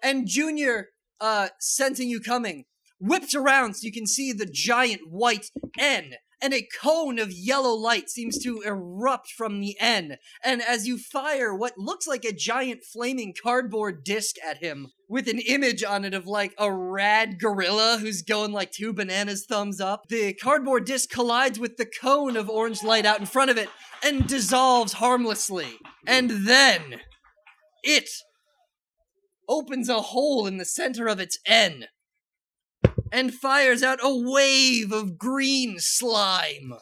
[SPEAKER 2] and Junior, uh, sensing you coming, whips around so you can see the giant white N, and a cone of yellow light seems to erupt from the N. And as you fire what looks like a giant flaming cardboard disc at him, with an image on it of like a rad gorilla who's going like two bananas thumbs up, the cardboard disc collides with the cone of orange light out in front of it and dissolves harmlessly. And then it opens a hole in the center of its N and fires out a wave of green slime.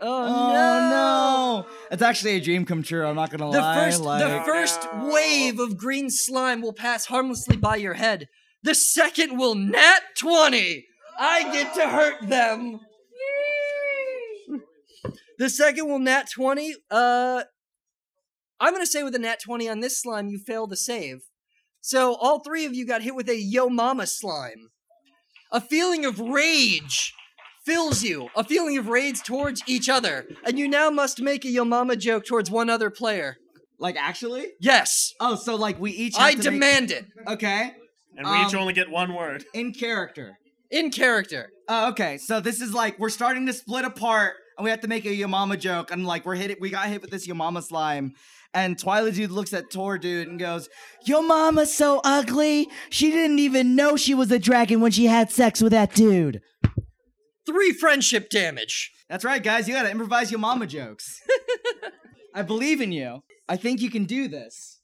[SPEAKER 2] oh,
[SPEAKER 5] Oh no. It's actually a dream come true. I'm not going to
[SPEAKER 2] The
[SPEAKER 5] lie.
[SPEAKER 2] first, the
[SPEAKER 5] like-
[SPEAKER 2] first
[SPEAKER 4] No.
[SPEAKER 2] wave of green slime will pass harmlessly by your head. The second will nat 20. I get to hurt them. The second will nat 20. Uh, I'm going to say with a nat 20 on this slime, you fail the save. So all three of you got hit with a Yo Mama slime. A feeling of rage fills you, a feeling of rage towards each other, and you now must make a Yo Mama joke towards one other player.
[SPEAKER 5] like actually?
[SPEAKER 2] Yes,
[SPEAKER 5] Oh, so like we each. Have
[SPEAKER 2] I
[SPEAKER 5] to make-
[SPEAKER 2] demand it
[SPEAKER 5] Okay,
[SPEAKER 4] And we each
[SPEAKER 5] Um,
[SPEAKER 4] only get one word.
[SPEAKER 5] in character.
[SPEAKER 2] in character.
[SPEAKER 5] Oh, okay, so this is like we're starting to split apart, and we have to make a Yamama joke, and like we're hit. We got hit with this Yamama slime, and Twilight dude looks at Tor dude and goes, "Yo mama's so ugly. She didn't even know she was a dragon when she had sex with that dude."
[SPEAKER 2] Three friendship damage.
[SPEAKER 5] That's right, guys. You gotta improvise your mama jokes. [LAUGHS] I believe in you. I think you can do this.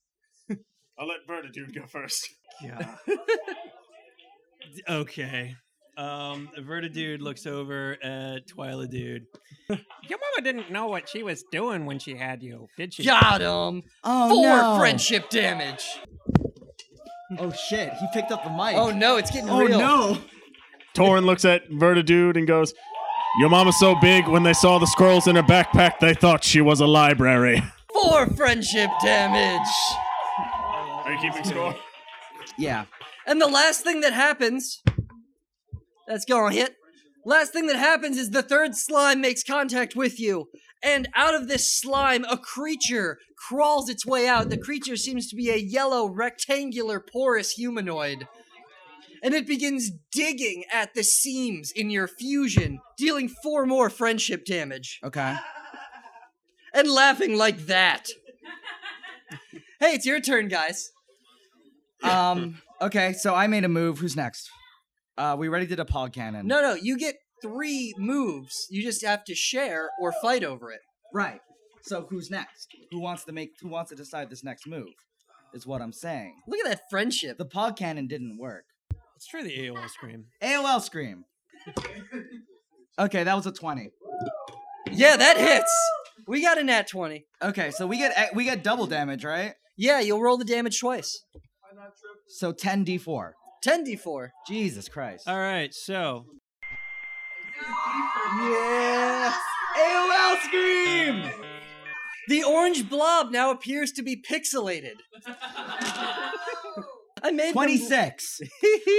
[SPEAKER 4] I'll let Vertitude go first.
[SPEAKER 6] Yeah. D- okay. [LAUGHS] Um, Verta dude looks over at Twyla dude. Your mama didn't know what she was doing when she had you, did she?
[SPEAKER 2] Got him.
[SPEAKER 5] Oh
[SPEAKER 2] Four
[SPEAKER 5] no!
[SPEAKER 2] friendship damage.
[SPEAKER 5] Oh shit! He picked up the mic.
[SPEAKER 2] Oh no, it's getting
[SPEAKER 5] Oh,
[SPEAKER 2] real.
[SPEAKER 5] no!
[SPEAKER 4] Torin looks at Vertitude and goes, Your mama's so big, when they saw the scrolls in her backpack, they thought she was a library.
[SPEAKER 2] Four friendship damage.
[SPEAKER 4] Are you keeping score?
[SPEAKER 5] Yeah.
[SPEAKER 2] And the last thing that happens, that's gonna hit. Last thing that happens is the third slime makes contact with you, and out of this slime, a creature crawls its way out. The creature seems to be a yellow, rectangular, porous humanoid. And it begins digging at the seams in your fusion, dealing four more friendship damage
[SPEAKER 5] Okay.
[SPEAKER 2] and laughing like that. [LAUGHS] hey, it's your turn, guys.
[SPEAKER 5] Um. Okay. So I made a move. Who's next? Uh, we already did a pod cannon.
[SPEAKER 2] No, no, you get three moves. You just have to share or fight over it.
[SPEAKER 5] Right. So who's next? Who wants to make? Who wants to decide this next move? Is what I'm saying.
[SPEAKER 2] Look at that friendship.
[SPEAKER 5] The pod cannon didn't work.
[SPEAKER 6] Let's try the AOL scream.
[SPEAKER 5] AOL scream. Okay, that was a twenty.
[SPEAKER 2] Yeah, that hits. We got a nat 20.
[SPEAKER 5] Okay, so we get we get double damage, right?
[SPEAKER 2] Yeah, you'll roll the damage twice.
[SPEAKER 5] So ten d4.
[SPEAKER 2] 10d4.
[SPEAKER 5] Jesus Christ.
[SPEAKER 6] All right, so
[SPEAKER 5] Yeah. AOL scream.
[SPEAKER 2] The orange blob now appears to be pixelated.
[SPEAKER 9] Oh,
[SPEAKER 2] I made them- [LAUGHS]
[SPEAKER 5] Twenty six.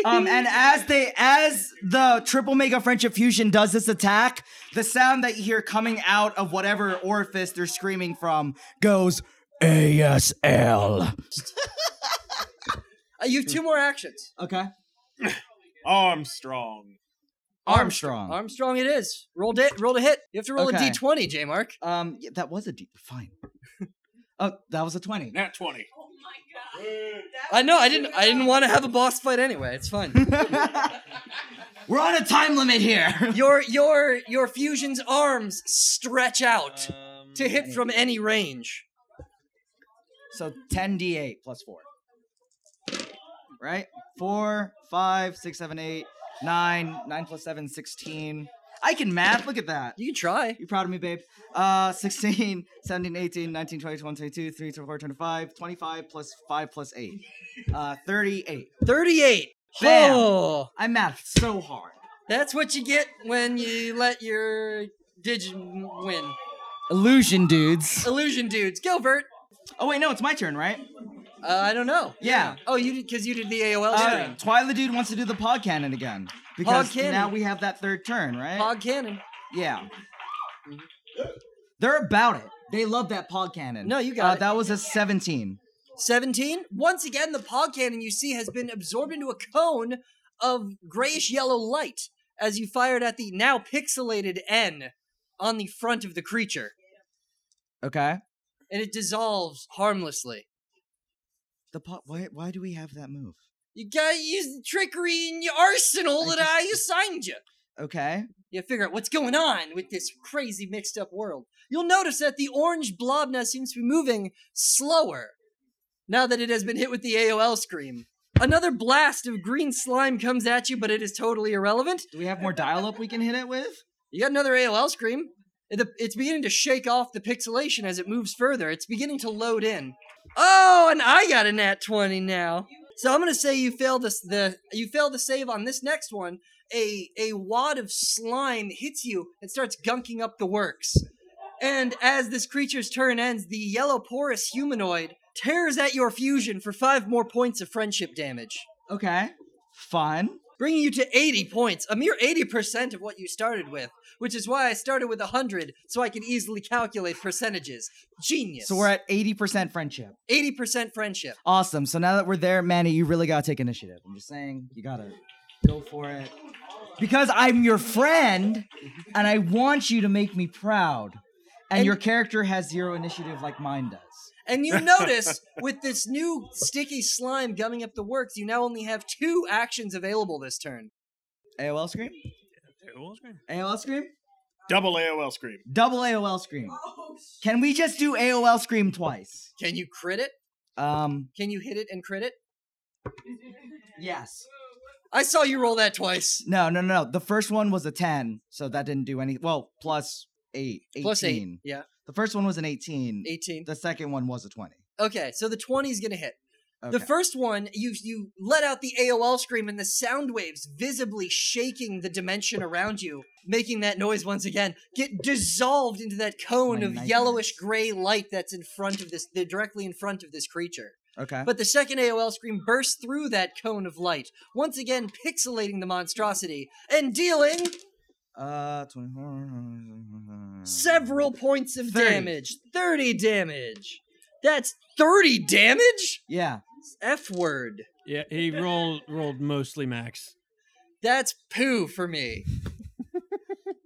[SPEAKER 5] um, and as they as the triple mega friendship fusion does this attack, the sound that you hear coming out of whatever orifice they're screaming from goes ASL.
[SPEAKER 2] Uh, you have two more actions.
[SPEAKER 5] Okay.
[SPEAKER 4] Armstrong.
[SPEAKER 5] Armstrong.
[SPEAKER 2] Armstrong it is. Roll, da- roll to hit. You have to roll
[SPEAKER 5] Okay.
[SPEAKER 2] a d20, J Mark.
[SPEAKER 5] um, yeah, that was a D. Fine. [LAUGHS] oh, that was a twenty. [LAUGHS]
[SPEAKER 4] Nat 20.
[SPEAKER 8] Oh my god.
[SPEAKER 9] [LAUGHS]
[SPEAKER 2] I know, I didn't I didn't want to have a boss fight anyway. It's fine.
[SPEAKER 5] [LAUGHS] We're on a time limit here. [LAUGHS]
[SPEAKER 2] Your your your fusion's arms stretch out
[SPEAKER 6] um,
[SPEAKER 2] to hit from any range.
[SPEAKER 5] So 10d8 plus 4. Right? 4, 5, 6, 7, 8, 9, 9 plus 7, 16. I can math. Look at that.
[SPEAKER 2] You can try.
[SPEAKER 5] You proud of me, babe? Uh, 16, 17, 18, 19, 20, 21, 22, 23, 24, 25, 25 plus 5 plus 8. Uh, 38.
[SPEAKER 2] 38.
[SPEAKER 5] Bam.
[SPEAKER 2] Oh,
[SPEAKER 5] I mathed so hard.
[SPEAKER 2] that's what you get when you let your digi win.
[SPEAKER 5] Illusion dudes.
[SPEAKER 2] Illusion dudes, go Bert.
[SPEAKER 5] Oh, wait, no, it's my turn, right?
[SPEAKER 2] Uh, I don't know.
[SPEAKER 5] Yeah.
[SPEAKER 2] Oh, you did because you did the AOL
[SPEAKER 5] Uh,
[SPEAKER 2] stream.
[SPEAKER 5] Twyla dude wants to do the pod cannon again. Because
[SPEAKER 2] cannon.
[SPEAKER 5] now we have that third turn, right?
[SPEAKER 2] Hog cannon.
[SPEAKER 5] Yeah. Mm-hmm. They're about it. They love that pod cannon.
[SPEAKER 2] No, you got
[SPEAKER 5] uh,
[SPEAKER 2] it.
[SPEAKER 5] That was a 17.
[SPEAKER 2] 17. Once again, the pod cannon you see has been absorbed into a cone of grayish yellow light as you fired at the now pixelated N on the front of the creature,
[SPEAKER 5] Okay.
[SPEAKER 2] and it dissolves harmlessly.
[SPEAKER 5] The pod, why, why do we have that move?
[SPEAKER 2] You gotta use the trickery in your arsenal
[SPEAKER 5] I
[SPEAKER 2] that I
[SPEAKER 5] just-
[SPEAKER 2] assigned you.
[SPEAKER 5] Okay.
[SPEAKER 2] You figure out what's going on with this crazy mixed up world. You'll notice that the orange blob now seems to be moving slower now that it has been hit with the AOL scream. Another blast of green slime comes at you, but it is totally irrelevant.
[SPEAKER 5] Do we have more dial up we can hit it with?
[SPEAKER 2] You got another AOL scream. The- It's beginning to shake off the pixelation as it moves further. It's beginning to load in. Oh, and I got a nat 20 now. So I'm going to say you failed this the you failed the save on this next one. A a wad of slime hits you and starts gunking up the works. And as this creature's turn ends, the yellow porous humanoid tears at your fusion for 5 more points of friendship damage
[SPEAKER 5] Okay. Fun.
[SPEAKER 2] bringing you to 80 points, a mere 80% of what you started with, which is why I started with 100 so I could easily calculate percentages. Genius.
[SPEAKER 5] So we're at 80% friendship.
[SPEAKER 2] 80% friendship.
[SPEAKER 5] Awesome. So now that we're there, Manny, you really got to take initiative. I'm just saying, you got to go for it. Because I'm your friend and I want you to make me proud. And,
[SPEAKER 2] Mm-hmm. And-
[SPEAKER 5] your character has zero initiative like mine does.
[SPEAKER 2] And
[SPEAKER 5] [LAUGHS]
[SPEAKER 2] you notice with this new sticky slime gumming up the works, you now only have two actions available this turn.
[SPEAKER 5] AOL scream?
[SPEAKER 6] AOL Scream.
[SPEAKER 5] AOL Scream?
[SPEAKER 4] Double AOL scream.
[SPEAKER 5] Double AOL Scream.
[SPEAKER 9] Oh, shit.
[SPEAKER 5] Can we just do AOL Scream twice?
[SPEAKER 2] Can you crit it?
[SPEAKER 5] Um,
[SPEAKER 2] Can you hit it and crit it?
[SPEAKER 5] yes.
[SPEAKER 2] I saw you roll that twice.
[SPEAKER 5] No, no, no. no. The first one was a 10, so that didn't do any. Well, plus 8. 18.
[SPEAKER 2] Plus eight. Yeah,
[SPEAKER 5] The first one was an 18.
[SPEAKER 2] 18.
[SPEAKER 5] The second one was a 20.
[SPEAKER 2] Okay, so the 20 is going to hit.
[SPEAKER 5] Okay.
[SPEAKER 2] The first one, you you let out the AOL scream and the sound waves visibly shaking the dimension around you, making that noise once again, get dissolved into that cone
[SPEAKER 5] My
[SPEAKER 2] of
[SPEAKER 5] nightmares.
[SPEAKER 2] yellowish gray light that's in front of this, they're directly in front of this creature.
[SPEAKER 5] okay.
[SPEAKER 2] But the second AOL scream bursts through that cone of light, once again pixelating the monstrosity and dealing
[SPEAKER 5] uh, 20.
[SPEAKER 2] several points of
[SPEAKER 5] 30.
[SPEAKER 2] damage. 30 damage. That's 30 damage?
[SPEAKER 5] Yeah.
[SPEAKER 2] F word.
[SPEAKER 6] Yeah, he rolled rolled mostly max.
[SPEAKER 2] That's poo for
[SPEAKER 5] [LAUGHS]
[SPEAKER 2] me.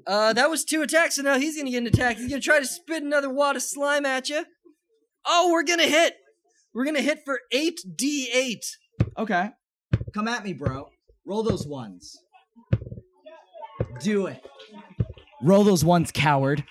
[SPEAKER 2] uh, that was two attacks, so now he's gonna get an attack. He's gonna try to spit another wad of slime at you. Oh, we're gonna hit. We're gonna hit for eight d eight.
[SPEAKER 5] Okay. Come at me, bro. Roll those ones. Do it. Roll those ones, coward.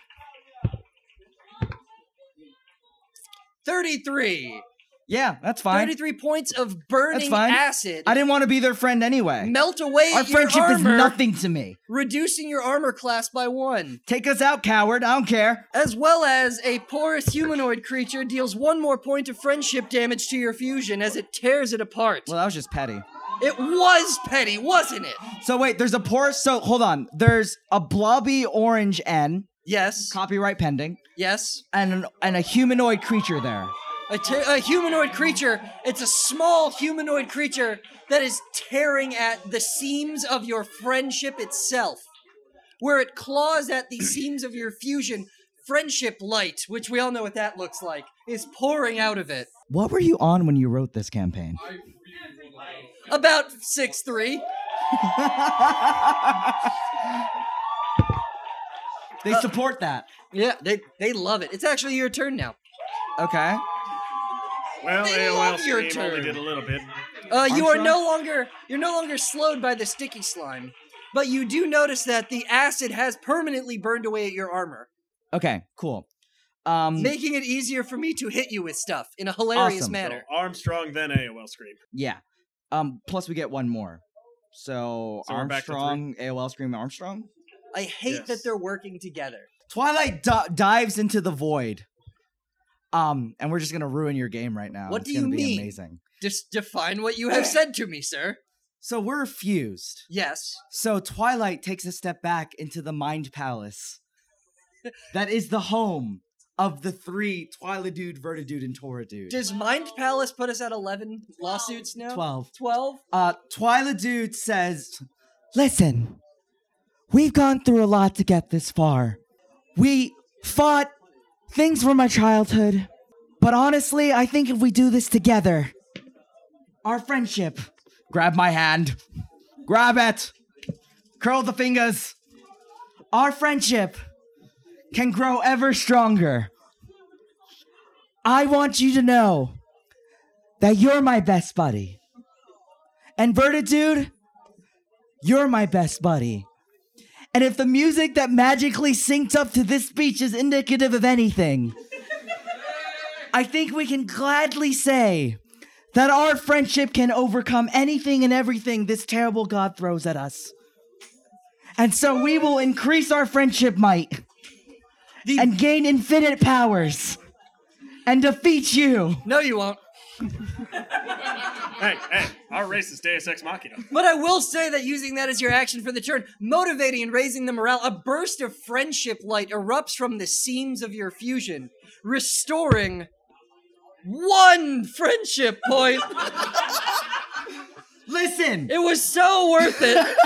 [SPEAKER 2] Thirty three.
[SPEAKER 5] Yeah, that's fine.
[SPEAKER 2] Thirty three points of burning
[SPEAKER 5] fine.
[SPEAKER 2] acid.
[SPEAKER 5] I didn't want to be their friend anyway.
[SPEAKER 2] Melt away
[SPEAKER 5] Our
[SPEAKER 2] your
[SPEAKER 5] friendship is
[SPEAKER 2] armor,
[SPEAKER 5] nothing to me.
[SPEAKER 2] reducing your armor class by one,
[SPEAKER 5] Take us out, coward. I don't care.
[SPEAKER 2] as well as a porous humanoid creature deals one more point of friendship damage to your fusion as it tears it apart.
[SPEAKER 5] Well, that was just petty.
[SPEAKER 2] it was petty, wasn't it?
[SPEAKER 5] So wait, there's a porous. So hold on. There's a blobby orange N,
[SPEAKER 2] Yes.
[SPEAKER 5] copyright pending,
[SPEAKER 2] Yes.
[SPEAKER 5] and an, and a humanoid creature there.
[SPEAKER 2] A, te- a humanoid creature. It's a small humanoid creature that is tearing at the seams of your friendship itself, where it claws at the seams of your fusion. Friendship light, which we all know what that looks like, is pouring out of it.
[SPEAKER 5] What were you on when you wrote this campaign?
[SPEAKER 2] About six three.
[SPEAKER 5] they support that.
[SPEAKER 2] Yeah, they they love it. It's actually your turn now.
[SPEAKER 5] Okay.
[SPEAKER 4] Well,
[SPEAKER 2] They
[SPEAKER 4] AOL
[SPEAKER 2] love your
[SPEAKER 4] scream only
[SPEAKER 2] turn.
[SPEAKER 4] did a little bit.
[SPEAKER 2] Uh, you are
[SPEAKER 5] Armstrong?
[SPEAKER 2] no longer you're no longer slowed by the sticky slime, but you do notice that the acid has permanently burned away at your armor.
[SPEAKER 5] Okay. Cool. Um.
[SPEAKER 2] making it easier for me to hit you with stuff in a hilarious
[SPEAKER 5] Awesome.
[SPEAKER 2] manner.
[SPEAKER 4] So Armstrong, then AOL scream.
[SPEAKER 5] Yeah. Um. Plus, we get one more. So,
[SPEAKER 4] So we're back to
[SPEAKER 5] Armstrong, AOL Scream Armstrong.
[SPEAKER 2] I hate
[SPEAKER 4] Yes.
[SPEAKER 2] that they're working together.
[SPEAKER 5] Twilight di- dives into the void. Um, and we're just gonna ruin your game right now.
[SPEAKER 2] What
[SPEAKER 5] it's
[SPEAKER 2] do
[SPEAKER 5] gonna
[SPEAKER 2] you
[SPEAKER 5] be
[SPEAKER 2] mean?
[SPEAKER 5] Amazing.
[SPEAKER 2] Just define what you have said to me, sir.
[SPEAKER 5] So we're fused.
[SPEAKER 2] Yes.
[SPEAKER 5] So Twilight takes a step back into the Mind Palace. that is the home of the three Twilight Dude, Vertidude, and Toradude.
[SPEAKER 2] Does Mind Palace put us at 11 lawsuits now?
[SPEAKER 5] Twelve.
[SPEAKER 2] 12?
[SPEAKER 5] Uh, Twyla Dude says, Listen, we've gone through a lot to get this far. We fought things from my childhood, but honestly, I think if we do this together, our friendship. Grab my hand. Grab it. Curl the fingers. Our friendship can grow ever stronger. I want you to know that you're my best buddy. And Vertitude, you're my best buddy. And if the music that magically syncs up to this speech is indicative of anything, I think we can gladly say that our friendship can overcome anything and everything this terrible God throws at us. And so we will increase our friendship might and gain infinite powers and defeat you.
[SPEAKER 2] No, you won't.
[SPEAKER 4] Hey, hey, our race is Deus Ex Machina.
[SPEAKER 2] But I will say that using that as your action for the turn, motivating and raising the morale, a burst of friendship light erupts from the seams of your fusion, restoring one friendship point.
[SPEAKER 5] Listen.
[SPEAKER 2] it was so worth it.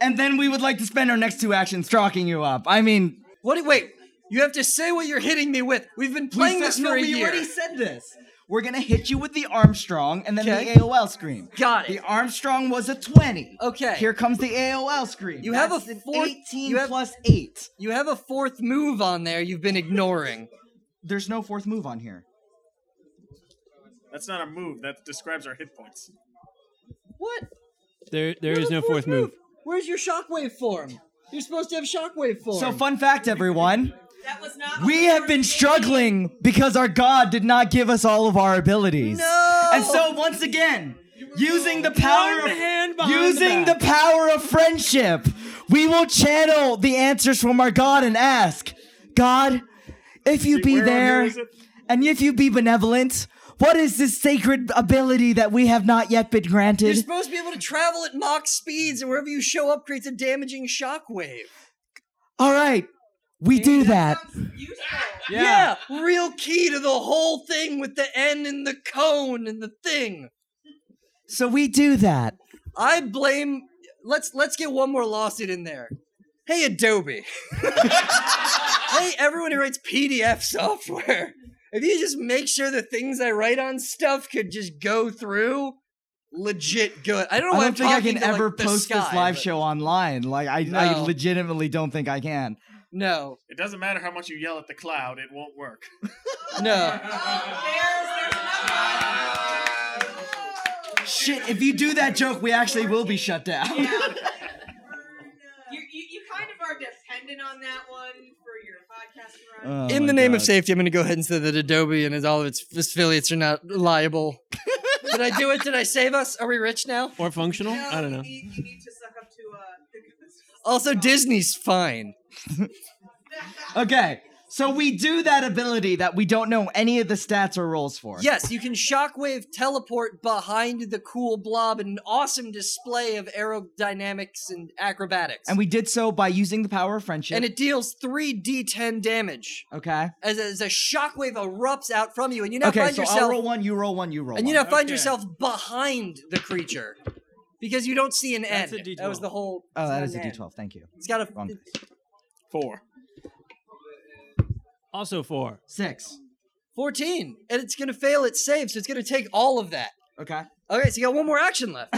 [SPEAKER 5] And then we would like to spend our next two actions talking you up. I mean,
[SPEAKER 2] What? do- Wait, you have to say what you're hitting me with. We've been playing
[SPEAKER 5] we
[SPEAKER 2] this
[SPEAKER 5] said-
[SPEAKER 2] for
[SPEAKER 5] no,
[SPEAKER 2] a
[SPEAKER 5] we
[SPEAKER 2] year.
[SPEAKER 5] already said this. We're gonna hit you with the Armstrong and then
[SPEAKER 2] Okay.
[SPEAKER 5] the AOL scream.
[SPEAKER 2] Got
[SPEAKER 5] The
[SPEAKER 2] it.
[SPEAKER 5] Armstrong was a twenty.
[SPEAKER 2] Okay.
[SPEAKER 5] Here comes the AOL scream.
[SPEAKER 2] You have a
[SPEAKER 5] That's an
[SPEAKER 2] four-
[SPEAKER 5] eighteen
[SPEAKER 2] you have-
[SPEAKER 5] plus eight.
[SPEAKER 2] You have a fourth move on there. You've been ignoring.
[SPEAKER 5] There's no fourth move on here.
[SPEAKER 4] That's not a move. That describes our hit points.
[SPEAKER 2] What?
[SPEAKER 6] There, there is no fourth move.
[SPEAKER 2] Where's your shockwave form? You're supposed to have shockwave form.
[SPEAKER 5] So, fun fact, everyone.
[SPEAKER 9] That was not.
[SPEAKER 5] We have been struggling because our God did not give us all of our abilities.
[SPEAKER 2] No!
[SPEAKER 5] And so once again, using the power
[SPEAKER 6] One hand
[SPEAKER 5] of,
[SPEAKER 6] behind the
[SPEAKER 5] using the
[SPEAKER 6] back.
[SPEAKER 5] power of friendship, we will channel the answers from our God and ask, God, if you be
[SPEAKER 4] where on here
[SPEAKER 5] there
[SPEAKER 4] is it?
[SPEAKER 5] and if you be benevolent, what is this sacred ability that we have not yet been
[SPEAKER 2] You're
[SPEAKER 5] granted?
[SPEAKER 2] supposed to be able to travel at Mach speeds, and wherever you show up creates a damaging shockwave.
[SPEAKER 5] All right, we do that.
[SPEAKER 2] Yeah. real key to the whole thing with the N and the cone and the thing.
[SPEAKER 5] So we do that.
[SPEAKER 2] I blame. Let's let's get one more lawsuit in there. Hey Adobe. [LAUGHS] hey everyone who writes PDF software. If you just make sure the things I write on stuff could just go through, legit good. I don't know.
[SPEAKER 5] I
[SPEAKER 2] why
[SPEAKER 5] don't
[SPEAKER 2] I'm
[SPEAKER 5] think I
[SPEAKER 2] talking
[SPEAKER 5] can
[SPEAKER 2] to, like,
[SPEAKER 5] ever
[SPEAKER 2] the
[SPEAKER 5] post this
[SPEAKER 2] sky,
[SPEAKER 5] live
[SPEAKER 2] but-
[SPEAKER 5] show online. Like I, I
[SPEAKER 2] No.
[SPEAKER 5] legitimately don't think I can.
[SPEAKER 2] No,
[SPEAKER 4] It doesn't matter how much you yell at the cloud, it won't work.
[SPEAKER 2] no.
[SPEAKER 5] Shit, if you do that joke, we actually will be shut down.
[SPEAKER 9] You, you, you kind of are dependent on that one for your podcast to run.
[SPEAKER 5] [LAUGHS] Oh
[SPEAKER 2] In
[SPEAKER 5] my
[SPEAKER 2] the name of
[SPEAKER 5] God.
[SPEAKER 2] safety, I'm going to go ahead and say that Adobe and all of its affiliates are not
[SPEAKER 5] [LAUGHS]
[SPEAKER 2] liable. Did I do it? Did I save us? Are we rich now?
[SPEAKER 6] Or functional?
[SPEAKER 9] No,
[SPEAKER 6] I don't
[SPEAKER 9] you
[SPEAKER 6] know.
[SPEAKER 9] Need, you need to suck up to uh. [LAUGHS] the-
[SPEAKER 2] Also, Disney's fine.
[SPEAKER 5] Okay, so we do that ability that we don't know any of the stats or rolls for.
[SPEAKER 2] Yes, you can shockwave teleport behind the cool blob in an awesome display of aerodynamics and acrobatics.
[SPEAKER 5] And we did so by using the power of friendship.
[SPEAKER 2] and it deals 3d10 damage
[SPEAKER 5] okay.
[SPEAKER 2] as, as a shockwave erupts out from you, and you now
[SPEAKER 5] Okay,
[SPEAKER 2] find
[SPEAKER 5] so
[SPEAKER 2] yourself
[SPEAKER 5] I'll roll one, you roll one, you roll
[SPEAKER 2] and you
[SPEAKER 5] one.
[SPEAKER 2] now find
[SPEAKER 6] Okay.
[SPEAKER 2] yourself behind the creature because you don't see an
[SPEAKER 6] That's
[SPEAKER 2] end.
[SPEAKER 6] a D12.
[SPEAKER 2] That was the whole.
[SPEAKER 5] oh, that
[SPEAKER 2] it's
[SPEAKER 5] is a
[SPEAKER 2] not an end.
[SPEAKER 5] d12. Thank you.
[SPEAKER 2] It's got a
[SPEAKER 5] Wrong.
[SPEAKER 4] Four.
[SPEAKER 6] Also four.
[SPEAKER 5] Six.
[SPEAKER 2] 14, and it's gonna fail its save, so it's gonna take all of that.
[SPEAKER 5] Okay.
[SPEAKER 2] Okay, so you got one more action
[SPEAKER 5] [CLEARS THROAT]
[SPEAKER 2] left.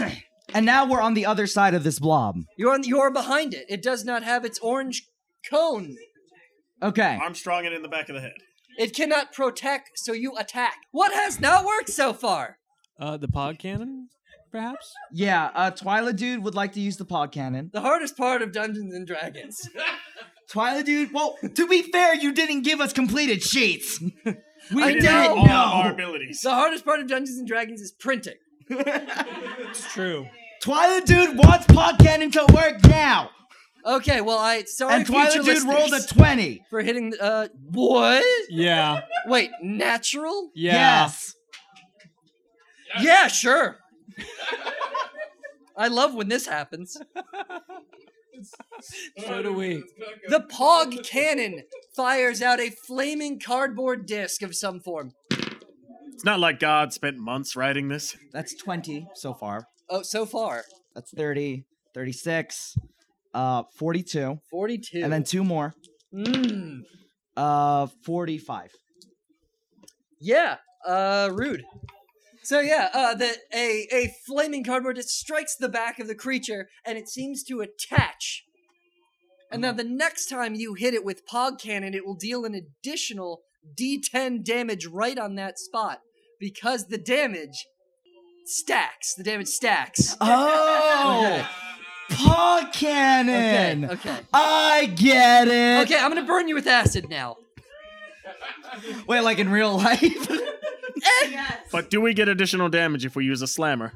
[SPEAKER 5] And now we're on the other side of this blob.
[SPEAKER 2] You're on. You're behind it. It does not have its orange cone.
[SPEAKER 5] Okay.
[SPEAKER 4] Armstrong it in the back of the head.
[SPEAKER 2] It cannot protect, so you attack. What has not worked so far?
[SPEAKER 6] Uh, the pod cannon, perhaps?
[SPEAKER 5] Yeah, uh, Twyla Dude would like to use the pod cannon.
[SPEAKER 2] The hardest part of Dungeons and Dragons.
[SPEAKER 5] [LAUGHS] Twyla Dude, well, to be fair, you didn't give us completed sheets. We
[SPEAKER 2] I
[SPEAKER 5] didn't
[SPEAKER 2] know.
[SPEAKER 5] know.
[SPEAKER 4] All of our abilities.
[SPEAKER 2] the hardest part of Dungeons and Dragons is printing.
[SPEAKER 6] It's true.
[SPEAKER 5] Twyla Dude wants pod cannon to work now.
[SPEAKER 2] Okay, well I sorry
[SPEAKER 5] And Twyla
[SPEAKER 2] future
[SPEAKER 5] Dude rolled a
[SPEAKER 2] listeners
[SPEAKER 5] 20.
[SPEAKER 2] for hitting. the- Uh, what?
[SPEAKER 6] Yeah.
[SPEAKER 2] Wait, natural?
[SPEAKER 6] Yeah.
[SPEAKER 5] Yes.
[SPEAKER 2] Yeah, sure. I love when this happens.
[SPEAKER 6] So do we.
[SPEAKER 2] The Pog cannon fires out a flaming cardboard disc of some form.
[SPEAKER 4] It's not like God spent months writing this.
[SPEAKER 5] That's 20 so far.
[SPEAKER 2] Oh, so far.
[SPEAKER 5] That's 30, 36, uh, 42,
[SPEAKER 2] 42.
[SPEAKER 5] and then two more.
[SPEAKER 2] Mm,
[SPEAKER 5] Uh, 45.
[SPEAKER 2] yeah, uh, rude. So yeah, uh, the, a, a flaming cardboard disc strikes the back of the creature, and it seems to attach. And now the next time you hit it with Pog cannon, it will deal an additional D10 damage right on that spot, because the damage stacks. The damage stacks. [LAUGHS]
[SPEAKER 5] Oh, pod
[SPEAKER 2] Okay,
[SPEAKER 5] cannon.
[SPEAKER 2] okay.
[SPEAKER 5] I get it.
[SPEAKER 2] Okay, I'm gonna burn you with acid now.
[SPEAKER 5] Wait, like in real life?
[SPEAKER 9] [LAUGHS]
[SPEAKER 5] [LAUGHS]
[SPEAKER 9] Yes.
[SPEAKER 4] But do we get additional damage if we use a slammer?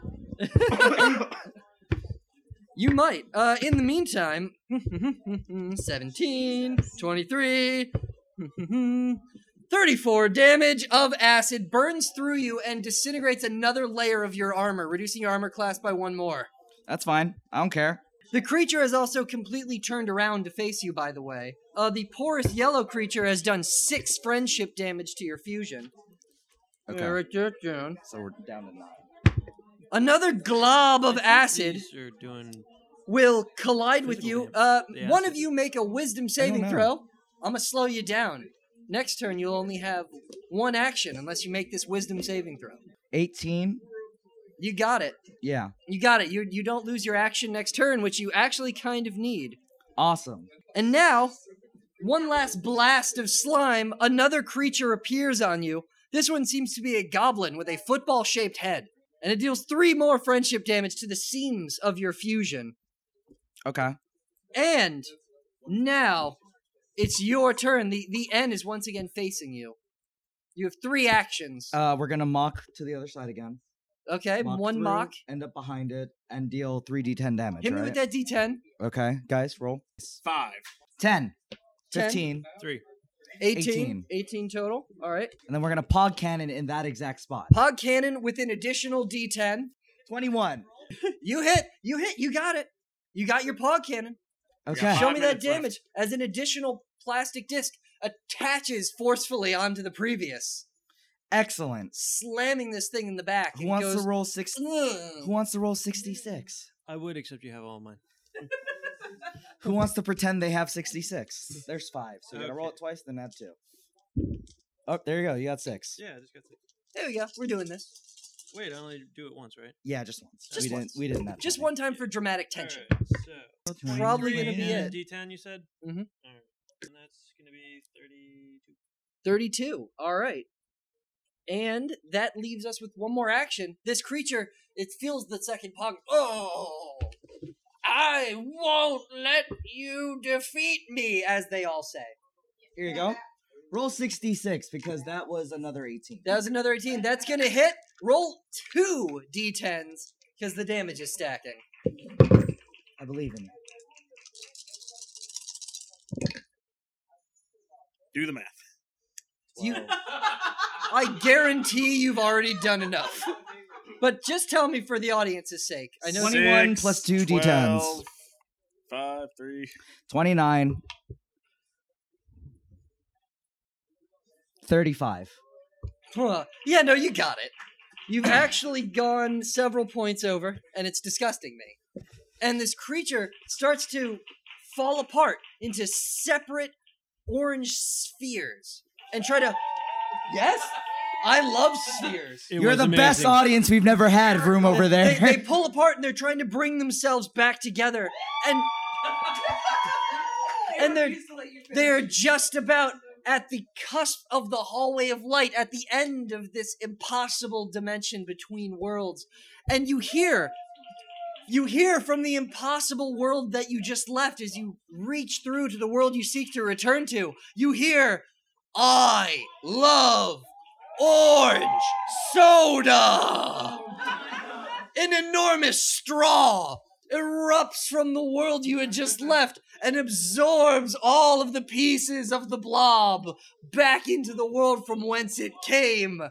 [SPEAKER 2] You might. Uh, in the meantime, [LAUGHS] 17, [LAUGHS] 23, 34 damage of acid burns through you and disintegrates another layer of your armor, reducing your armor class by one more.
[SPEAKER 5] That's fine. I don't care.
[SPEAKER 2] The creature has also completely turned around to face you, by the way. Uh, the porous yellow creature has done six friendship damage to your fusion.
[SPEAKER 5] Okay.
[SPEAKER 2] Alright, that's down.
[SPEAKER 5] So we're down to nine.
[SPEAKER 2] Another glob of acid
[SPEAKER 6] These are doing.
[SPEAKER 2] will collide with
[SPEAKER 6] Physical
[SPEAKER 2] you.
[SPEAKER 6] damage.
[SPEAKER 2] Uh,
[SPEAKER 6] The
[SPEAKER 2] one
[SPEAKER 6] acid.
[SPEAKER 2] of you make a wisdom
[SPEAKER 5] I
[SPEAKER 2] saving
[SPEAKER 5] don't know.
[SPEAKER 2] throw. I'm gonna slow you down. Next turn, you'll only have one action unless you make this wisdom saving throw.
[SPEAKER 5] 18.
[SPEAKER 2] You got it.
[SPEAKER 5] Yeah.
[SPEAKER 2] You got it. You you don't lose your action next turn, which you actually kind of need.
[SPEAKER 5] Awesome.
[SPEAKER 2] And now, one last blast of slime. Another creature appears on you. This one seems to be a goblin with a football-shaped head, and it deals three more friendship damage to the seams of your fusion.
[SPEAKER 5] Okay.
[SPEAKER 2] And now it's your turn. The the N is once again facing you. You have three actions.
[SPEAKER 5] Uh, we're gonna mock to the other side again.
[SPEAKER 2] okay, one
[SPEAKER 5] through,
[SPEAKER 2] mock.
[SPEAKER 5] End up behind it and deal three d10 damage.
[SPEAKER 2] Hit me with
[SPEAKER 5] right?
[SPEAKER 2] that D10.
[SPEAKER 5] Okay, guys, roll.
[SPEAKER 6] Five.
[SPEAKER 5] 10,
[SPEAKER 2] 10,
[SPEAKER 5] 15,
[SPEAKER 6] 3.
[SPEAKER 2] 18, 18.
[SPEAKER 5] 18.
[SPEAKER 2] total. All right.
[SPEAKER 5] and then we're gonna pod cannon in that exact spot.
[SPEAKER 2] Pog cannon with an additional D10.
[SPEAKER 5] 21.
[SPEAKER 2] You hit. You hit. You got it. You got your pog cannon.
[SPEAKER 5] Okay.
[SPEAKER 2] Show
[SPEAKER 6] Five
[SPEAKER 2] me that
[SPEAKER 6] minutes left.
[SPEAKER 2] damage as an additional plastic disc attaches forcefully onto the previous,
[SPEAKER 5] Excellent.
[SPEAKER 2] slamming this thing in the back.
[SPEAKER 5] Who
[SPEAKER 2] and
[SPEAKER 5] wants
[SPEAKER 2] goes,
[SPEAKER 5] to roll six? Who
[SPEAKER 2] "Ugh."
[SPEAKER 5] wants to roll 66?
[SPEAKER 6] I would, except you have all mine.
[SPEAKER 5] Who wants to pretend they have 66? There's five. So you gotta roll
[SPEAKER 6] Okay.
[SPEAKER 5] it twice, then add two. Oh, there you go. You got six.
[SPEAKER 6] Yeah, I just got six.
[SPEAKER 2] [LAUGHS] There we go. We're doing this.
[SPEAKER 6] Wait, I only do it once, right?
[SPEAKER 5] Yeah, just once.
[SPEAKER 2] Just
[SPEAKER 5] we
[SPEAKER 2] once.
[SPEAKER 5] didn't. We didn't. That
[SPEAKER 2] Just one time for dramatic tension.
[SPEAKER 6] Alright, so
[SPEAKER 5] time.
[SPEAKER 2] Probably gonna be
[SPEAKER 6] and
[SPEAKER 2] it.
[SPEAKER 6] D10, you said?
[SPEAKER 2] Mhm.
[SPEAKER 5] Mm-hmm.
[SPEAKER 6] Alright, And that's going to be 32.
[SPEAKER 2] 32. All right. And that leaves us with one more action. This creature, it feels the second pog. Oh! I won't let you defeat me, as they all say.
[SPEAKER 5] Here you go. Roll 66 because that was another 18.
[SPEAKER 2] That was another 18. That's going to hit. Roll two d10s because the damage is stacking.
[SPEAKER 5] I believe in you.
[SPEAKER 4] Do the math.
[SPEAKER 2] You, I guarantee you've already done enough. But just tell me for the audience's sake. I know
[SPEAKER 5] 21 plus two D10s.
[SPEAKER 4] 12, Five, three.
[SPEAKER 5] 29. 35.
[SPEAKER 2] Huh. Yeah, no, you got it. You've actually gone several points over, and it's disgusting me. And this creature starts to fall apart into separate orange spheres and try to. Yes? I love spheres.
[SPEAKER 5] You're the best audience we've never had, room over
[SPEAKER 2] They,
[SPEAKER 5] there.
[SPEAKER 2] they pull apart and they're trying to bring themselves back together,
[SPEAKER 9] [LAUGHS]
[SPEAKER 2] and And they're-
[SPEAKER 9] refuse to let you finish.
[SPEAKER 2] they're just about at the cusp of the hallway of light, at the end of this impossible dimension between worlds. And you hear, you hear from the impossible world that you just left as you reach through to the world you seek to return to. You hear, I love orange
[SPEAKER 9] [LAUGHS]
[SPEAKER 2] soda! An enormous straw erupts from the world you had just left and absorbs all of the pieces of the blob back into the world from whence it came.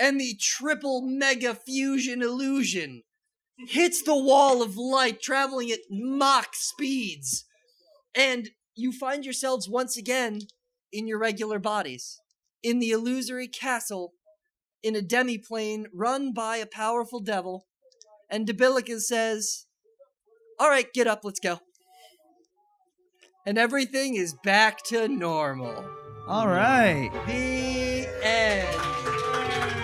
[SPEAKER 2] And the triple mega fusion illusion hits the wall of light, traveling at Mach speeds. And you find yourselves once again in your regular bodies, in the illusory castle, in a demiplane run by a powerful devil. And Debilica says, all right, get up, let's go. And everything is back to normal.
[SPEAKER 5] [LAUGHS] All right.
[SPEAKER 2] The end.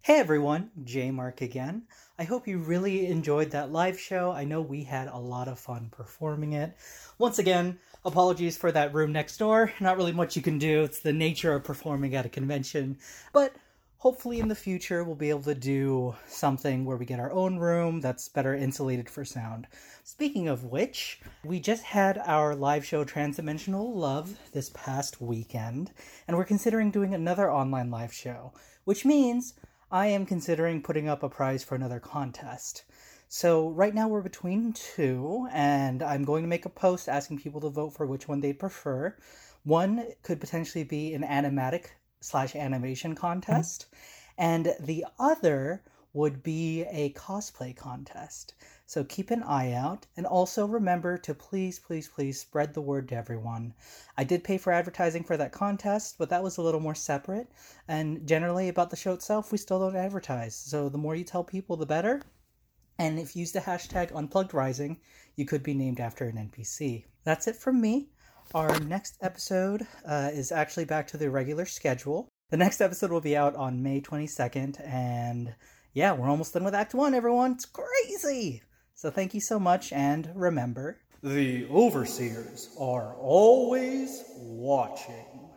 [SPEAKER 1] Hey everyone, J Mark again. I hope you really enjoyed that live show. I know we had a lot of fun performing it. Once again, apologies for that room next door. [LAUGHS] Not really much you can do, it's the nature of performing at a convention. But hopefully in the future, we'll be able to do something where we get our own room that's better insulated for sound. Speaking of which, we just had our live show Transdimensional Love this past weekend, and we're considering doing another online live show, which means I am considering putting up a prize for another contest. So right now we're between two, and I'm going to make a post asking people to vote for which one they prefer. One could potentially be an animatic slash animation contest, and the other would be a cosplay contest. So keep an eye out, and also remember to please, please, please spread the word to everyone. I did pay for advertising for that contest, but that was a little more separate. And generally, about the show itself, we still don't advertise. So the more you tell people, the better. And if you use the hashtag unplugged rising, you could be named after an NPC. That's it from me. Our next episode uh, is actually back to the regular schedule. The next episode will be out on May 22nd. And yeah, we're almost done with Act 1, everyone. It's crazy. So thank you so much. And remember the overseers are always watching.